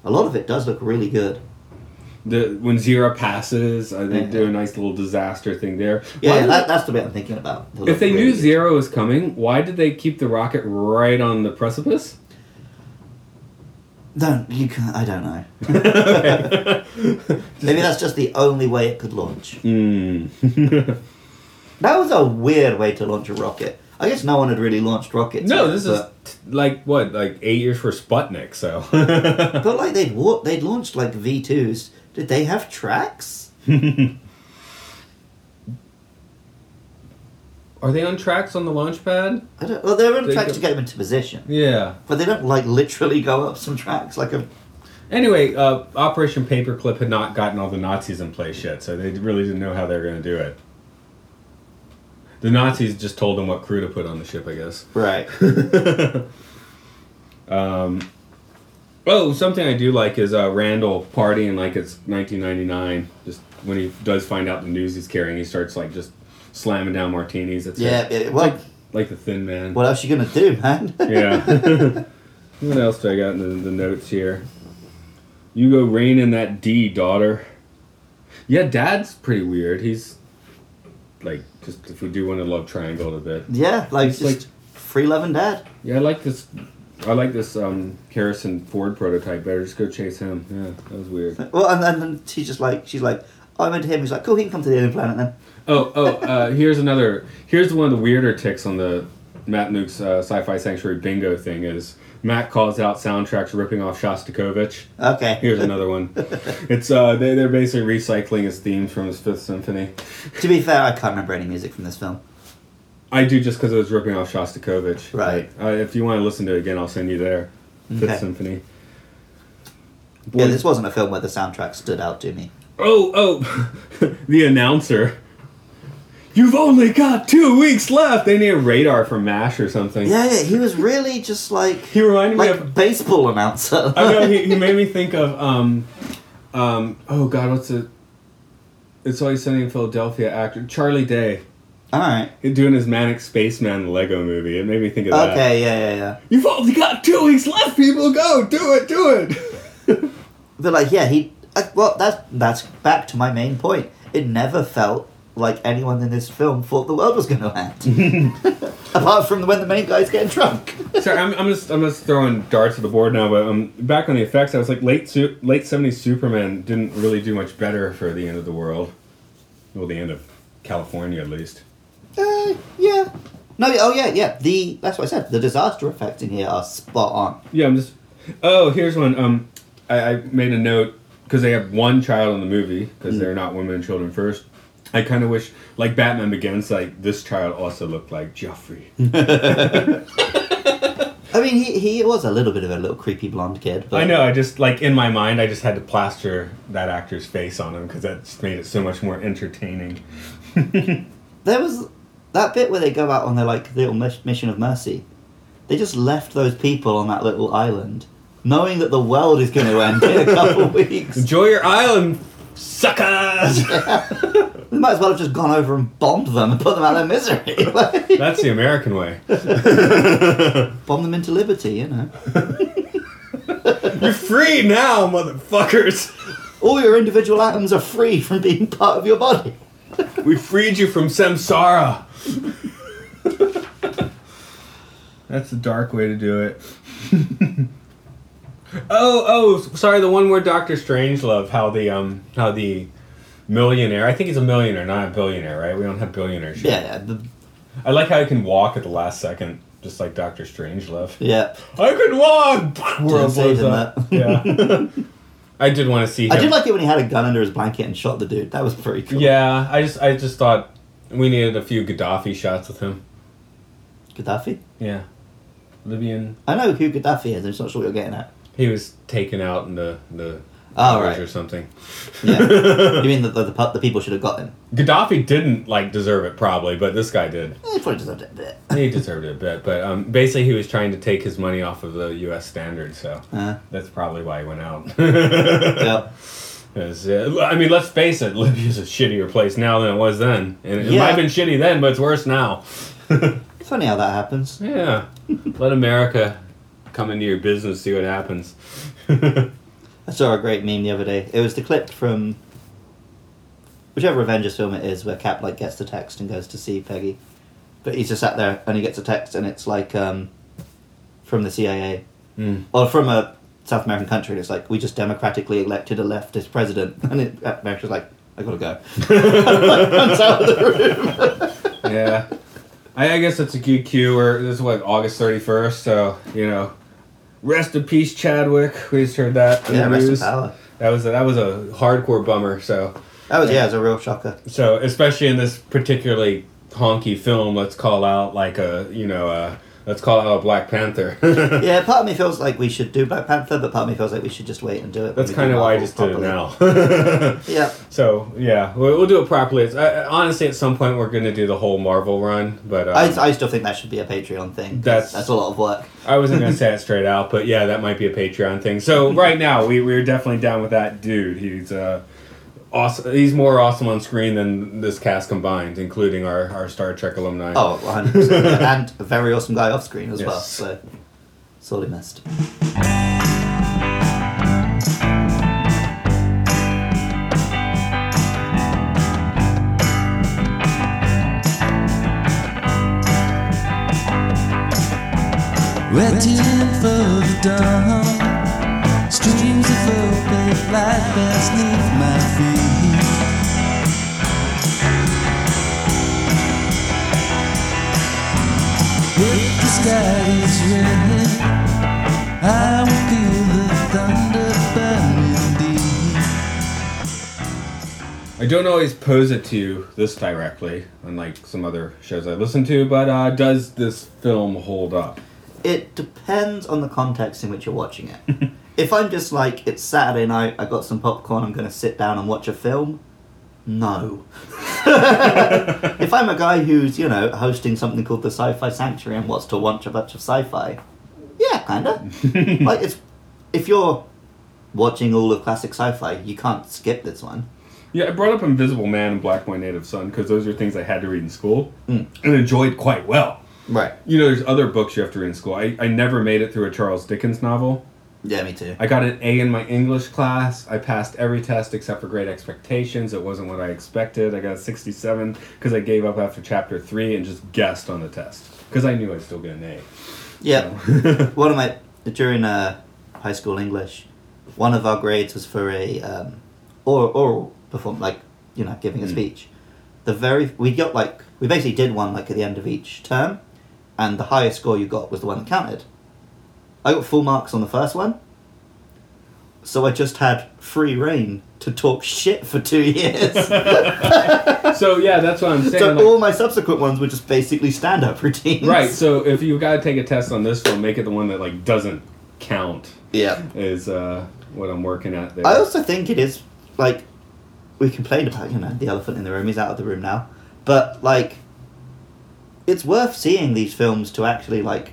S3: a lot of it does look really good.
S4: The when Zira passes, uh, they
S3: Yeah.
S4: do a nice little disaster thing there.
S3: Uh-huh. Yeah,
S4: Why
S3: yeah,
S4: did-
S3: that, that's the bit I'm thinking about. They
S4: if
S3: look
S4: they
S3: really
S4: knew
S3: good.
S4: Zero was coming, why did they keep the rocket right on the precipice?
S3: don't you can I don't know.
S4: Okay.
S3: Maybe that's just the only way it could launch.
S4: Mm.
S3: That was a weird way to launch a rocket. I guess no one had really launched rockets.
S4: no,
S3: yet,
S4: this is
S3: but,
S4: t- like what, like eight years for Sputnik. So
S3: But like they'd wa- they'd launched like V twos. Did they have tracks?
S4: are they on tracks on the launch pad?
S3: I don't. Well, they were on
S4: They
S3: tracks
S4: don't-
S3: to get them into position,
S4: Yeah.
S3: but they don't like literally go up some tracks like a
S4: Anyway, uh, Operation Paperclip had not gotten all the Nazis in place yet, so they really didn't know how they were going to do it. The Nazis just told them what crew to put on the ship, I guess.
S3: right.
S4: Um, oh, something I do like is uh, Randall partying like it's 1999. Just when he does find out the news he's carrying, he starts like just slamming down martinis. That's
S3: Yeah,
S4: it.
S3: it, well,
S4: like the Thin Man.
S3: what else you gonna do, man?
S4: Yeah. what else do I got in the, the notes here? You go rein in that D, daughter. Yeah, Dad's pretty weird. He's like just if we do want to love triangle a bit.
S3: yeah, like
S4: It's
S3: just
S4: like-
S3: free love and dad.
S4: Yeah, I like this. I like this um, Harrison Ford prototype better. Just go chase him. Yeah, that was weird.
S3: Well, and, and then she's just like she's like, oh, I went to him. He's like, cool, he can come to the alien planet then.
S4: Oh, oh, uh, here's another. Here's one of the weirder ticks on the Matt Nuke's uh, Sci-Fi Sanctuary bingo thing is Matt calls out soundtracks ripping off Shostakovich.
S3: Okay.
S4: Here's another one. It's uh, they, they're basically recycling his themes from his Fifth Symphony.
S3: to be fair, I can't remember any music from this film.
S4: I do just because it was ripping off Shostakovich.
S3: Right.
S4: Uh, if you want to listen to it again, I'll send you there. Fifth
S3: Okay.
S4: Symphony.
S3: Yeah, this wasn't a film where the soundtrack stood out to me.
S4: Oh, oh, the announcer. You've only got two weeks left. They need a radar for MASH or something.
S3: Yeah, yeah, he was really just like
S4: He reminded me
S3: like
S4: of.
S3: baseball announcer.
S4: I know he, he made me think of um, um. Oh God, what's it? It's always sunny in Philadelphia. Actor Charlie Day
S3: All right.
S4: doing his manic spaceman Lego movie. It made me think of that.
S3: Okay. Yeah, yeah, yeah.
S4: You've only got two weeks left, people. Go, do it, do it.
S3: But like, yeah, he. I, well, that's that's back to my main point. It never felt like anyone in this film thought the world was going to end, apart from when the main guy's getting drunk.
S4: Sorry, I'm, I'm just I'm just throwing darts at the board now. But um, back on the effects, I was like late su- late '70s Superman didn't really do much better for the end of the world. Well, the end of California, at least.
S3: Uh, yeah. No. yeah, Oh, yeah, yeah. The that's what I said. The disaster effects in here are spot on.
S4: Yeah, I'm just. Oh, here's one. Um, I, I made a note because they have one child in the movie because they're not women and children first. I kind of wish, like Batman Begins, like this child also looked like Joffrey.
S3: I mean, he he was a little bit of a little creepy blonde kid. But
S4: I know. I just like in my mind, I just had to plaster that actor's face on him because that just made it so much more entertaining.
S3: There was that bit where they go out on their like little mis- mission of mercy. They just left those people on that little island, knowing that the world is going to end in a couple weeks.
S4: Enjoy your island, suckers.
S3: We might as well have just gone over and bombed them and put them out of their misery. Like,
S4: That's the American way.
S3: bomb them into liberty, you know.
S4: You're free now, motherfuckers.
S3: All your individual atoms are free from being part of your body.
S4: We freed you from samsara. That's the dark way to do it. oh, oh, sorry. The one where Doctor Strange love how the um how the millionaire. I think he's a millionaire, not a billionaire, right? We don't have billionaires.
S3: Yeah, yeah, the,
S4: I like how he can walk at the last second, just like Doctor Strange love.
S3: yeah.
S4: I can walk. World
S3: say
S4: blows
S3: them
S4: up. Yeah. I did want to see. Him.
S3: I did like it when he had a gun under his blanket and shot the dude. That was pretty cool.
S4: Yeah, I just I just thought we needed a few Gaddafi shots with him.
S3: Gaddafi?
S4: Yeah. Libyan.
S3: I know who Gaddafi is. I'm just not sure what you're getting at.
S4: He was taken out in the the
S3: Oh,
S4: wars
S3: right.
S4: or something.
S3: Yeah. you mean that the, the, pu- the people should have got him?
S4: Gaddafi didn't like deserve it probably, but this guy did.
S3: Eh, probably deserved it a bit.
S4: He deserved it a bit, but um, basically he was trying to take his money off of the U.S. standard, so
S3: Uh,
S4: that's probably why he went out.
S3: yeah.
S4: 'Cause, uh, I mean, let's face it, Libya's a shittier place now than it was then, and it
S3: Yeah.
S4: might have been shitty then, but it's worse now.
S3: Funny how that happens.
S4: Yeah, let America come into your business, see what happens.
S3: I saw a great meme the other day. It was the clip from whichever Avengers film it is where Cap like gets the text and goes to see Peggy, but he's just sat there and he gets a text and it's like um, from the CIA
S4: Mm.
S3: or from a South American country. And it's like we just democratically elected a leftist president, and it, America's like, I gotta go. Runs out of the room.
S4: yeah. I, I guess it's a good cue. Or this is what August thirty first, so you know, rest in peace, Chadwick. We just heard that. in
S3: Yeah,
S4: the
S3: rest in
S4: news.
S3: power.
S4: That was a, that was a hardcore bummer. So
S3: That was yeah, it was a real shocker.
S4: so especially in this particularly honky film, let's call out like a you know uh let's call out a Black Panther.
S3: Yeah, part of me feels like we should do Black Panther, but part of me feels like we should just wait and do it. when
S4: That's
S3: we do
S4: kind of why I
S3: Marvel
S4: just did it
S3: properly.
S4: now.
S3: Yeah.
S4: so yeah, we'll, we'll do it properly. It's, I, honestly, at some point we're gonna do the whole Marvel run, but um,
S3: I, I still think that should be a Patreon thing. 'cause
S4: That's-
S3: that's a lot of work.
S4: I wasn't gonna say it straight out, but yeah, that might be a Patreon thing. So right now, we we're definitely down with that dude. He's uh, awesome. He's more awesome on screen than this cast combined, including our, our Star Trek alumni.
S3: Oh, 100%. yeah. and a very awesome guy off screen as well.
S4: Yes.
S3: So sorely missed.
S5: Waiting for the dawn. Streams of open light beneath my feet. If the sky is red,
S4: I don't always pose it to you this directly, unlike some other shows I listen to, but uh, does this film hold up?
S3: It depends on the context in which you're watching it. if I'm just like, it's Saturday night, I got some popcorn, I'm going to sit down and watch a film, no. if I'm a guy who's, you know, hosting something called the Sci Fi Sanctuary and wants to watch a bunch of sci fi, yeah, kinda. like, it's, if you're watching all of classic sci fi, you can't skip this one.
S4: Yeah, I brought up Invisible Man and Black My Native Son because those are things I had to read in school and enjoyed quite well.
S3: Right.
S4: You know, there's other books you have to read in school. I, I never made it through a Charles Dickens novel.
S3: Yeah, me too.
S4: I got an A in my English class. I passed every test except for Great Expectations. It wasn't what I expected. I got a 67 because I gave up after chapter 3 and just guessed on the test because I knew I'd still get an A.
S3: Yeah. one of my during uh, high school English, one of our grades was for a um, oral, oral perform like you know giving a speech. The very we got like we basically did one like at the end of each term, and the highest score you got was the one that counted. I got full marks on the first one, so I just had free reign to talk shit for two years.
S4: So, yeah, that's what I'm saying.
S3: so
S4: like-
S3: all my subsequent ones were just basically stand up routines.
S4: Right. So if you gotta take a test on this one, make it the one that like doesn't count.
S3: Yeah.
S4: Is uh, what I'm working at there.
S3: I also think it is like we complained about, you know, the elephant in the room. He's out of the room now, but like, it's worth seeing these films to actually like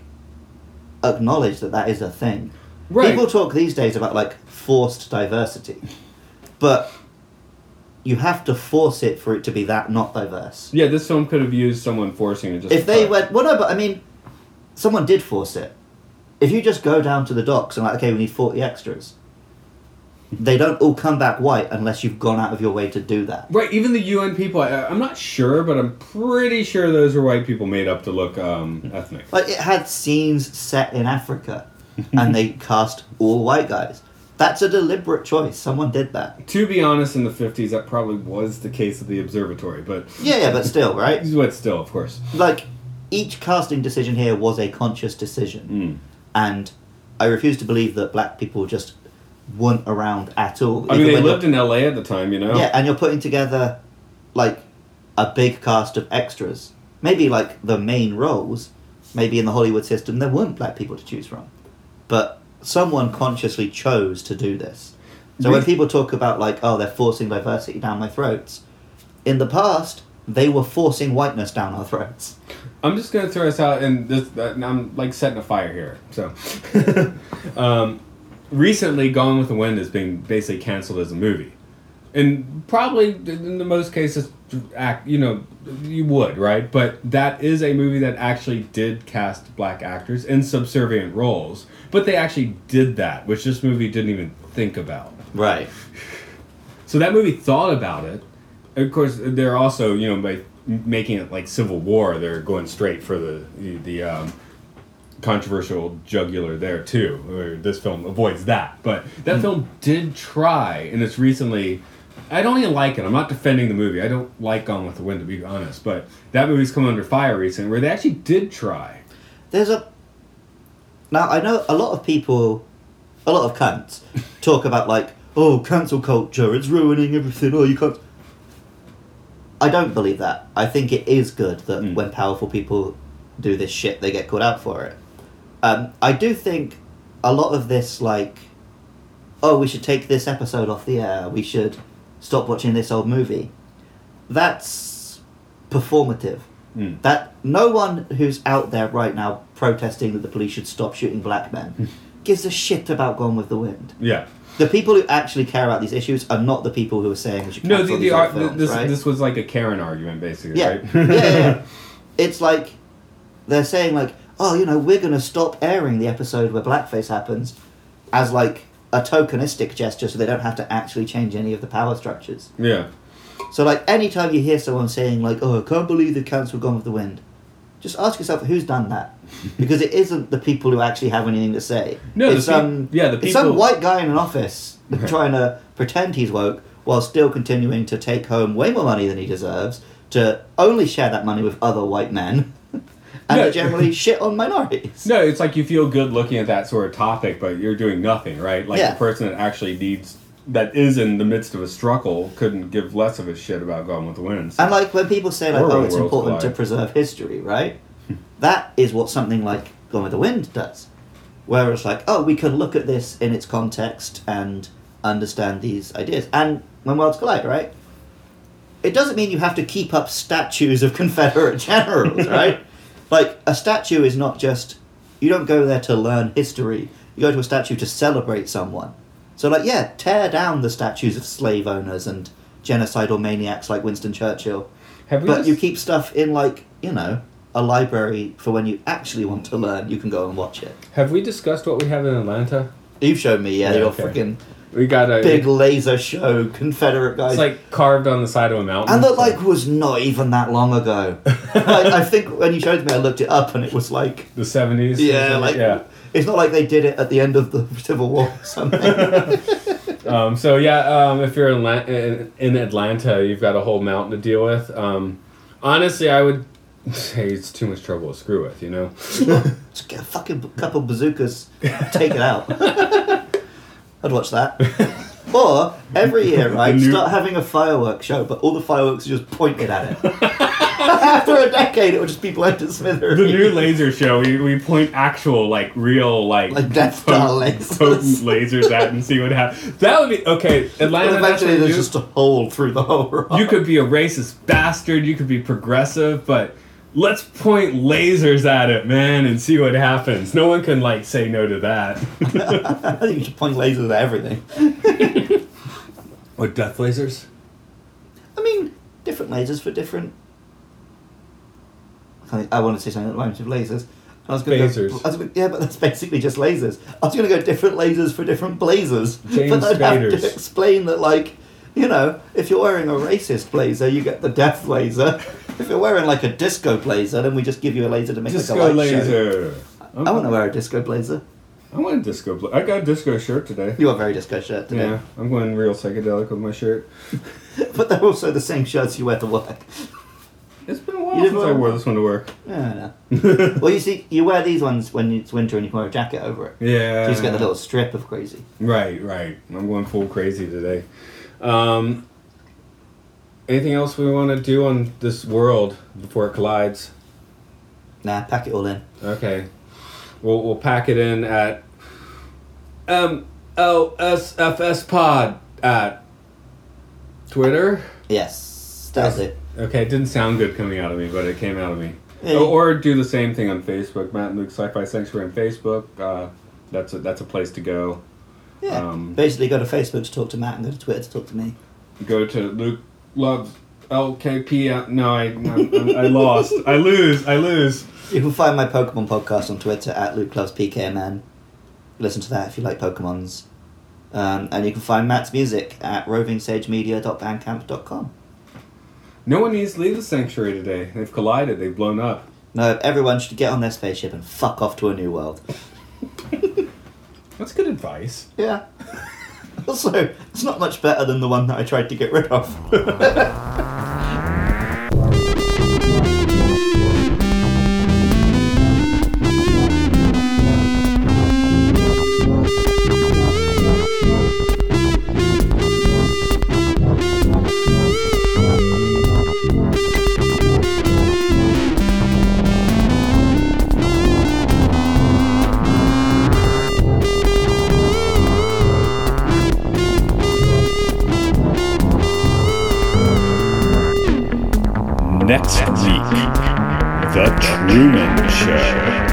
S3: acknowledge that that is a thing.
S4: right.
S3: People talk these days about like forced diversity, but you have to force it for it to be that not diverse.
S4: yeah, this film could have used someone forcing it. Just
S3: If
S4: to
S3: they
S4: cut.
S3: went, well, no, but I mean, someone did force it. If you just go down to the docks and like, okay, we need forty extras, they don't all come back white unless you've gone out of your way to do that.
S4: Right, even the UN people. I, I'm not sure, but I'm pretty sure those were white people made up to look um, ethnic.
S3: Like it had scenes set in Africa, and they cast all white guys. That's a deliberate choice. Someone did that.
S4: To be honest, in the 50s, that probably was the case of the observatory, but
S3: Yeah, yeah, but still, right?
S4: but still, of course.
S3: like each casting decision here was a conscious
S4: Hmm.
S3: decision and i refuse to believe that black people just weren't around at all
S4: I mean,
S3: Even
S4: they
S3: when
S4: lived
S3: you're-
S4: in LA at the time, you know.
S3: yeah and you're putting together like a big cast of extras maybe like the main roles maybe in the hollywood system there weren't black people to choose from but someone consciously chose to do this so when
S4: Re-
S3: people talk about like oh they're forcing diversity down my throats in the past they were forcing whiteness down our throats
S4: I'm just gonna throw this out, and this that, and I'm like setting a fire here. So, um, recently, Gone with the Wind is being basically canceled as a movie, and probably in the most cases, act you know you would right, but that is a movie that actually did cast black actors in subservient roles, but they actually did that, which this movie didn't even think about.
S3: right
S4: So that movie thought about it. Of course, they're also you know by making it like Civil War, they're going straight for the the, the um, controversial jugular there too. Or this film avoids that, but that film did try, and it's recently. I don't even like it. I'm not defending the movie. I don't like Gone with the Wind to be honest, but that movie's come under fire recently, where they actually did try.
S3: there's a now I know a lot of people, a lot of cunts talk about like oh cancel culture, it's ruining everything. Oh you can't. I don't believe that. I think it is good that when powerful people do this shit, they get called out for it. Um, I do think a lot of this like oh we should take this episode off the air. We should stop watching this old movie. That's performative. That no one who's out there right now protesting that the police should stop shooting black
S4: Hmm.
S3: men gives a shit about Gone with the Wind.
S4: Yeah.
S3: The people who actually care about these issues are not the people who are saying we should
S4: No,
S3: cancel
S4: the, the,
S3: these
S4: ar-
S3: old films,
S4: this
S3: right?
S4: this was like a Karen argument basically,
S3: yeah.
S4: right?
S3: yeah, yeah, yeah. It's like they're saying like, oh, you know, we're gonna stop airing the episode where blackface happens as like a tokenistic gesture, so they don't have to actually change any of the power structures.
S4: yeah.
S3: So like anytime you hear someone saying like, "Oh, I can't believe the council gone with the wind," just ask yourself who's done that, because it isn't the people who actually have anything to say.
S4: No, the
S3: it's
S4: peop-
S3: um,
S4: yeah, the
S3: it's some
S4: people-
S3: white guy in an office trying to pretend he's woke while still continuing to take home way more money than he deserves to only share that money with other white men, and
S4: No.
S3: to generally shit on minorities.
S4: No, it's like you feel good looking at that sort of topic, but you're doing nothing, right? Like
S3: Yeah.
S4: the person that actually needs that is in the midst of a struggle couldn't give less of a shit about Gone with the Wind. So-
S3: And like when people say like,
S4: Or
S3: oh,
S4: when
S3: it's
S4: worlds
S3: important to
S4: collide.
S3: preserve history, right? that is what something like Gone with the Wind does. Where it's like, oh, we can look at this in its context and understand these ideas. And when worlds collide, right? It doesn't mean you have to keep up statues of Confederate generals, right? Like a statue is not just you don't go there to learn history. You go to a statue to celebrate someone. So like yeah, tear down the statues of slave owners and genocidal maniacs like Winston Churchill.
S4: Have we
S3: But
S4: dis-
S3: you keep stuff in like, you know, a library for when you actually want to learn, you can go and watch it.
S4: have we discussed what we have in Atlanta?
S3: You've shown me, yeah,
S4: Yeah,
S3: your
S4: okay.
S3: freaking
S4: We got a
S3: big laser show Confederate guys.
S4: It's like carved on the side of a mountain.
S3: and that like was not even that long ago. like, I think when you showed me I looked it up and it was like
S4: the seventies.
S3: Yeah, like
S4: yeah.
S3: it's not like they did it at the end of the Civil War or something.
S4: Um, so yeah, um, if you're in, La- in in Atlanta, you've got a whole mountain to deal with. Um, honestly, I would say it's too much trouble to screw with. You know,
S3: Just get a fucking b- couple bazookas, take it out. I'd watch that. Or every year, right,
S4: new-
S3: start having a fireworks show, but all the fireworks are just pointed at it. After a decade, it would just be blown to smithereens.
S4: the new laser show, we, we point actual like real like
S3: like Death Star lasers.
S4: potent lasers at and see what happens. That would be okay. Atlanta,
S3: And
S4: that's what
S3: eventually,
S4: you,
S3: there's just a hole through the whole rock.
S4: you could be a racist bastard. You could be progressive, but. Let's point lasers at it, man, and see what happens. No one can like say no to that.
S3: I think you should point lasers at everything.
S4: Or death lasers?
S3: I mean, different lasers for different. I can't- e, I want to say something that rhymes with lasers. I was gonna go-
S4: Phasers.
S3: I was gonna- yeah, but that's basically just lasers. I was going to go different lasers for different blazers.
S4: James
S3: but I'd have
S4: Spader's.
S3: to explain that, like, you know, if you're wearing a racist blazer, you get the death laser. If you're wearing, like, a disco blazer, then we just give you a laser to make like,
S4: Disco
S3: a light show.
S4: laser. I'm-
S3: I want to wear a disco blazer.
S4: I want a disco. Bla- I got a disco shirt today.
S3: You are very disco shirt today.
S4: Yeah, I'm going real psychedelic with my shirt.
S3: But they're also the same shirts you wear to work.
S4: It's been a while
S3: You didn't
S4: since
S3: wear
S4: I
S3: one?
S4: wore this one to work.
S3: Yeah, I know. well, you see, you wear these ones when it's winter and you can wear a jacket over it. So
S4: Yeah.
S3: you just get the little strip of crazy.
S4: Right, right. I'm going full crazy today. Um, anything else we want to do on this world before it collides?
S3: Nah, pack it all in.
S4: Okay. We'll, we'll pack it in at M L S F S pod at Twitter.
S3: Yes, that's it.
S4: Okay, it didn't sound good coming out of me, but it came out of me.
S3: Yeah,
S4: Oh,
S3: you-
S4: or do the same thing on Facebook, Matt and Luke Sci-Fi Sanctuary on Facebook. Uh, that's a, that's a place to go.
S3: Yeah.
S4: Um,
S3: Basically, go to Facebook to talk to Matt and go to Twitter to talk to me.
S4: Go to Luke loves LKP. uh, No, I I, I lost. I lose. I lose.
S3: You can find my Pokemon podcast on Twitter at Luke Loves PKMN. Listen to that if you like Pokemons. Um, and you can find Matt's music at rovingsagemedia.bandcamp.com.
S4: No one needs to leave the sanctuary today. They've collided. They've blown up.
S3: No, everyone should get on their spaceship and fuck off to a new world.
S4: That's good advice.
S3: Yeah. also, it's not much better than the one that I tried to get rid of.
S2: Next week, The Truman Show.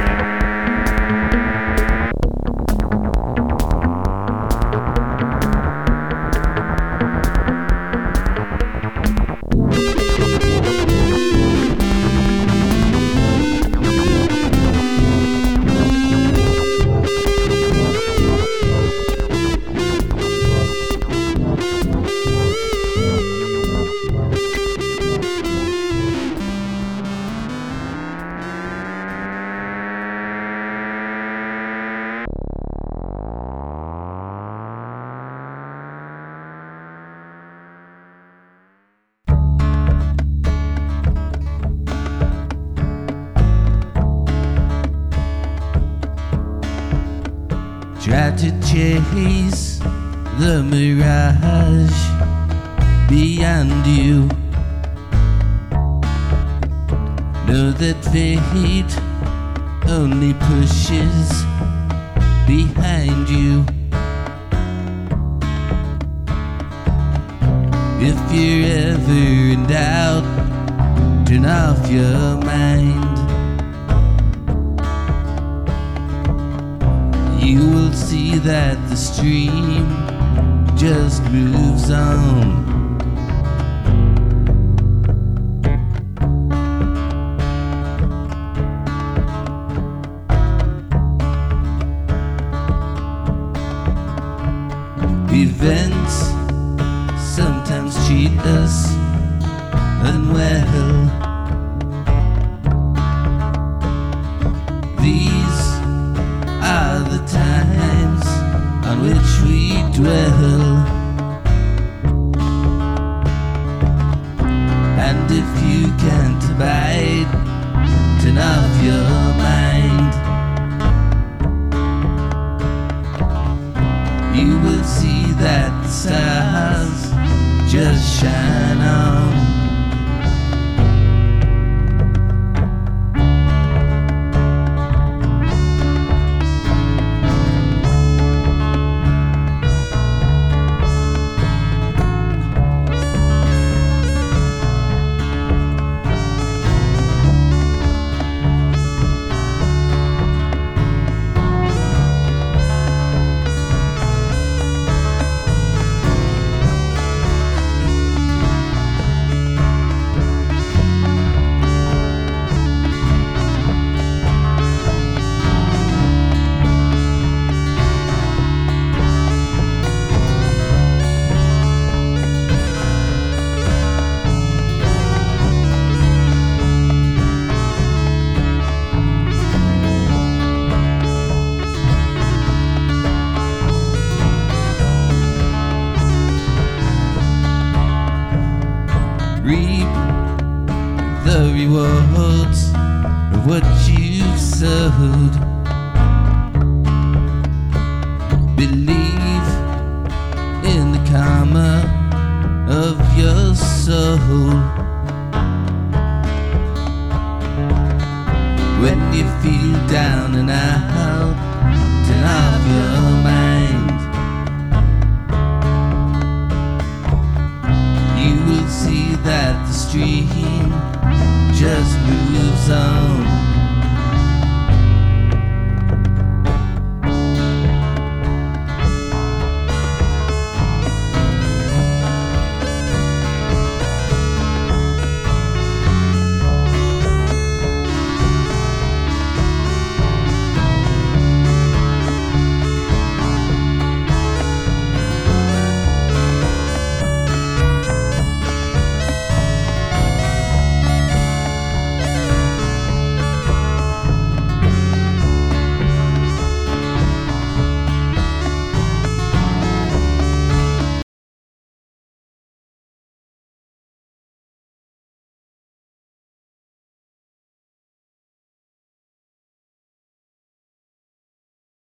S5: Tried to chase the mirage beyond you. Know that the heat only pushes behind you. If you're ever in doubt, turn off your mind. You will see that the stream just moves on. Events sometimes cheat us unwell. These are the times on which we dwell. And if you can't abide, turn off your mind. You will see that the stars just shine on. reap the rewards of what you've sowed. Believe in the karma of your soul. When you feel down and out, turn off your mind. you will see that the stream just moves on.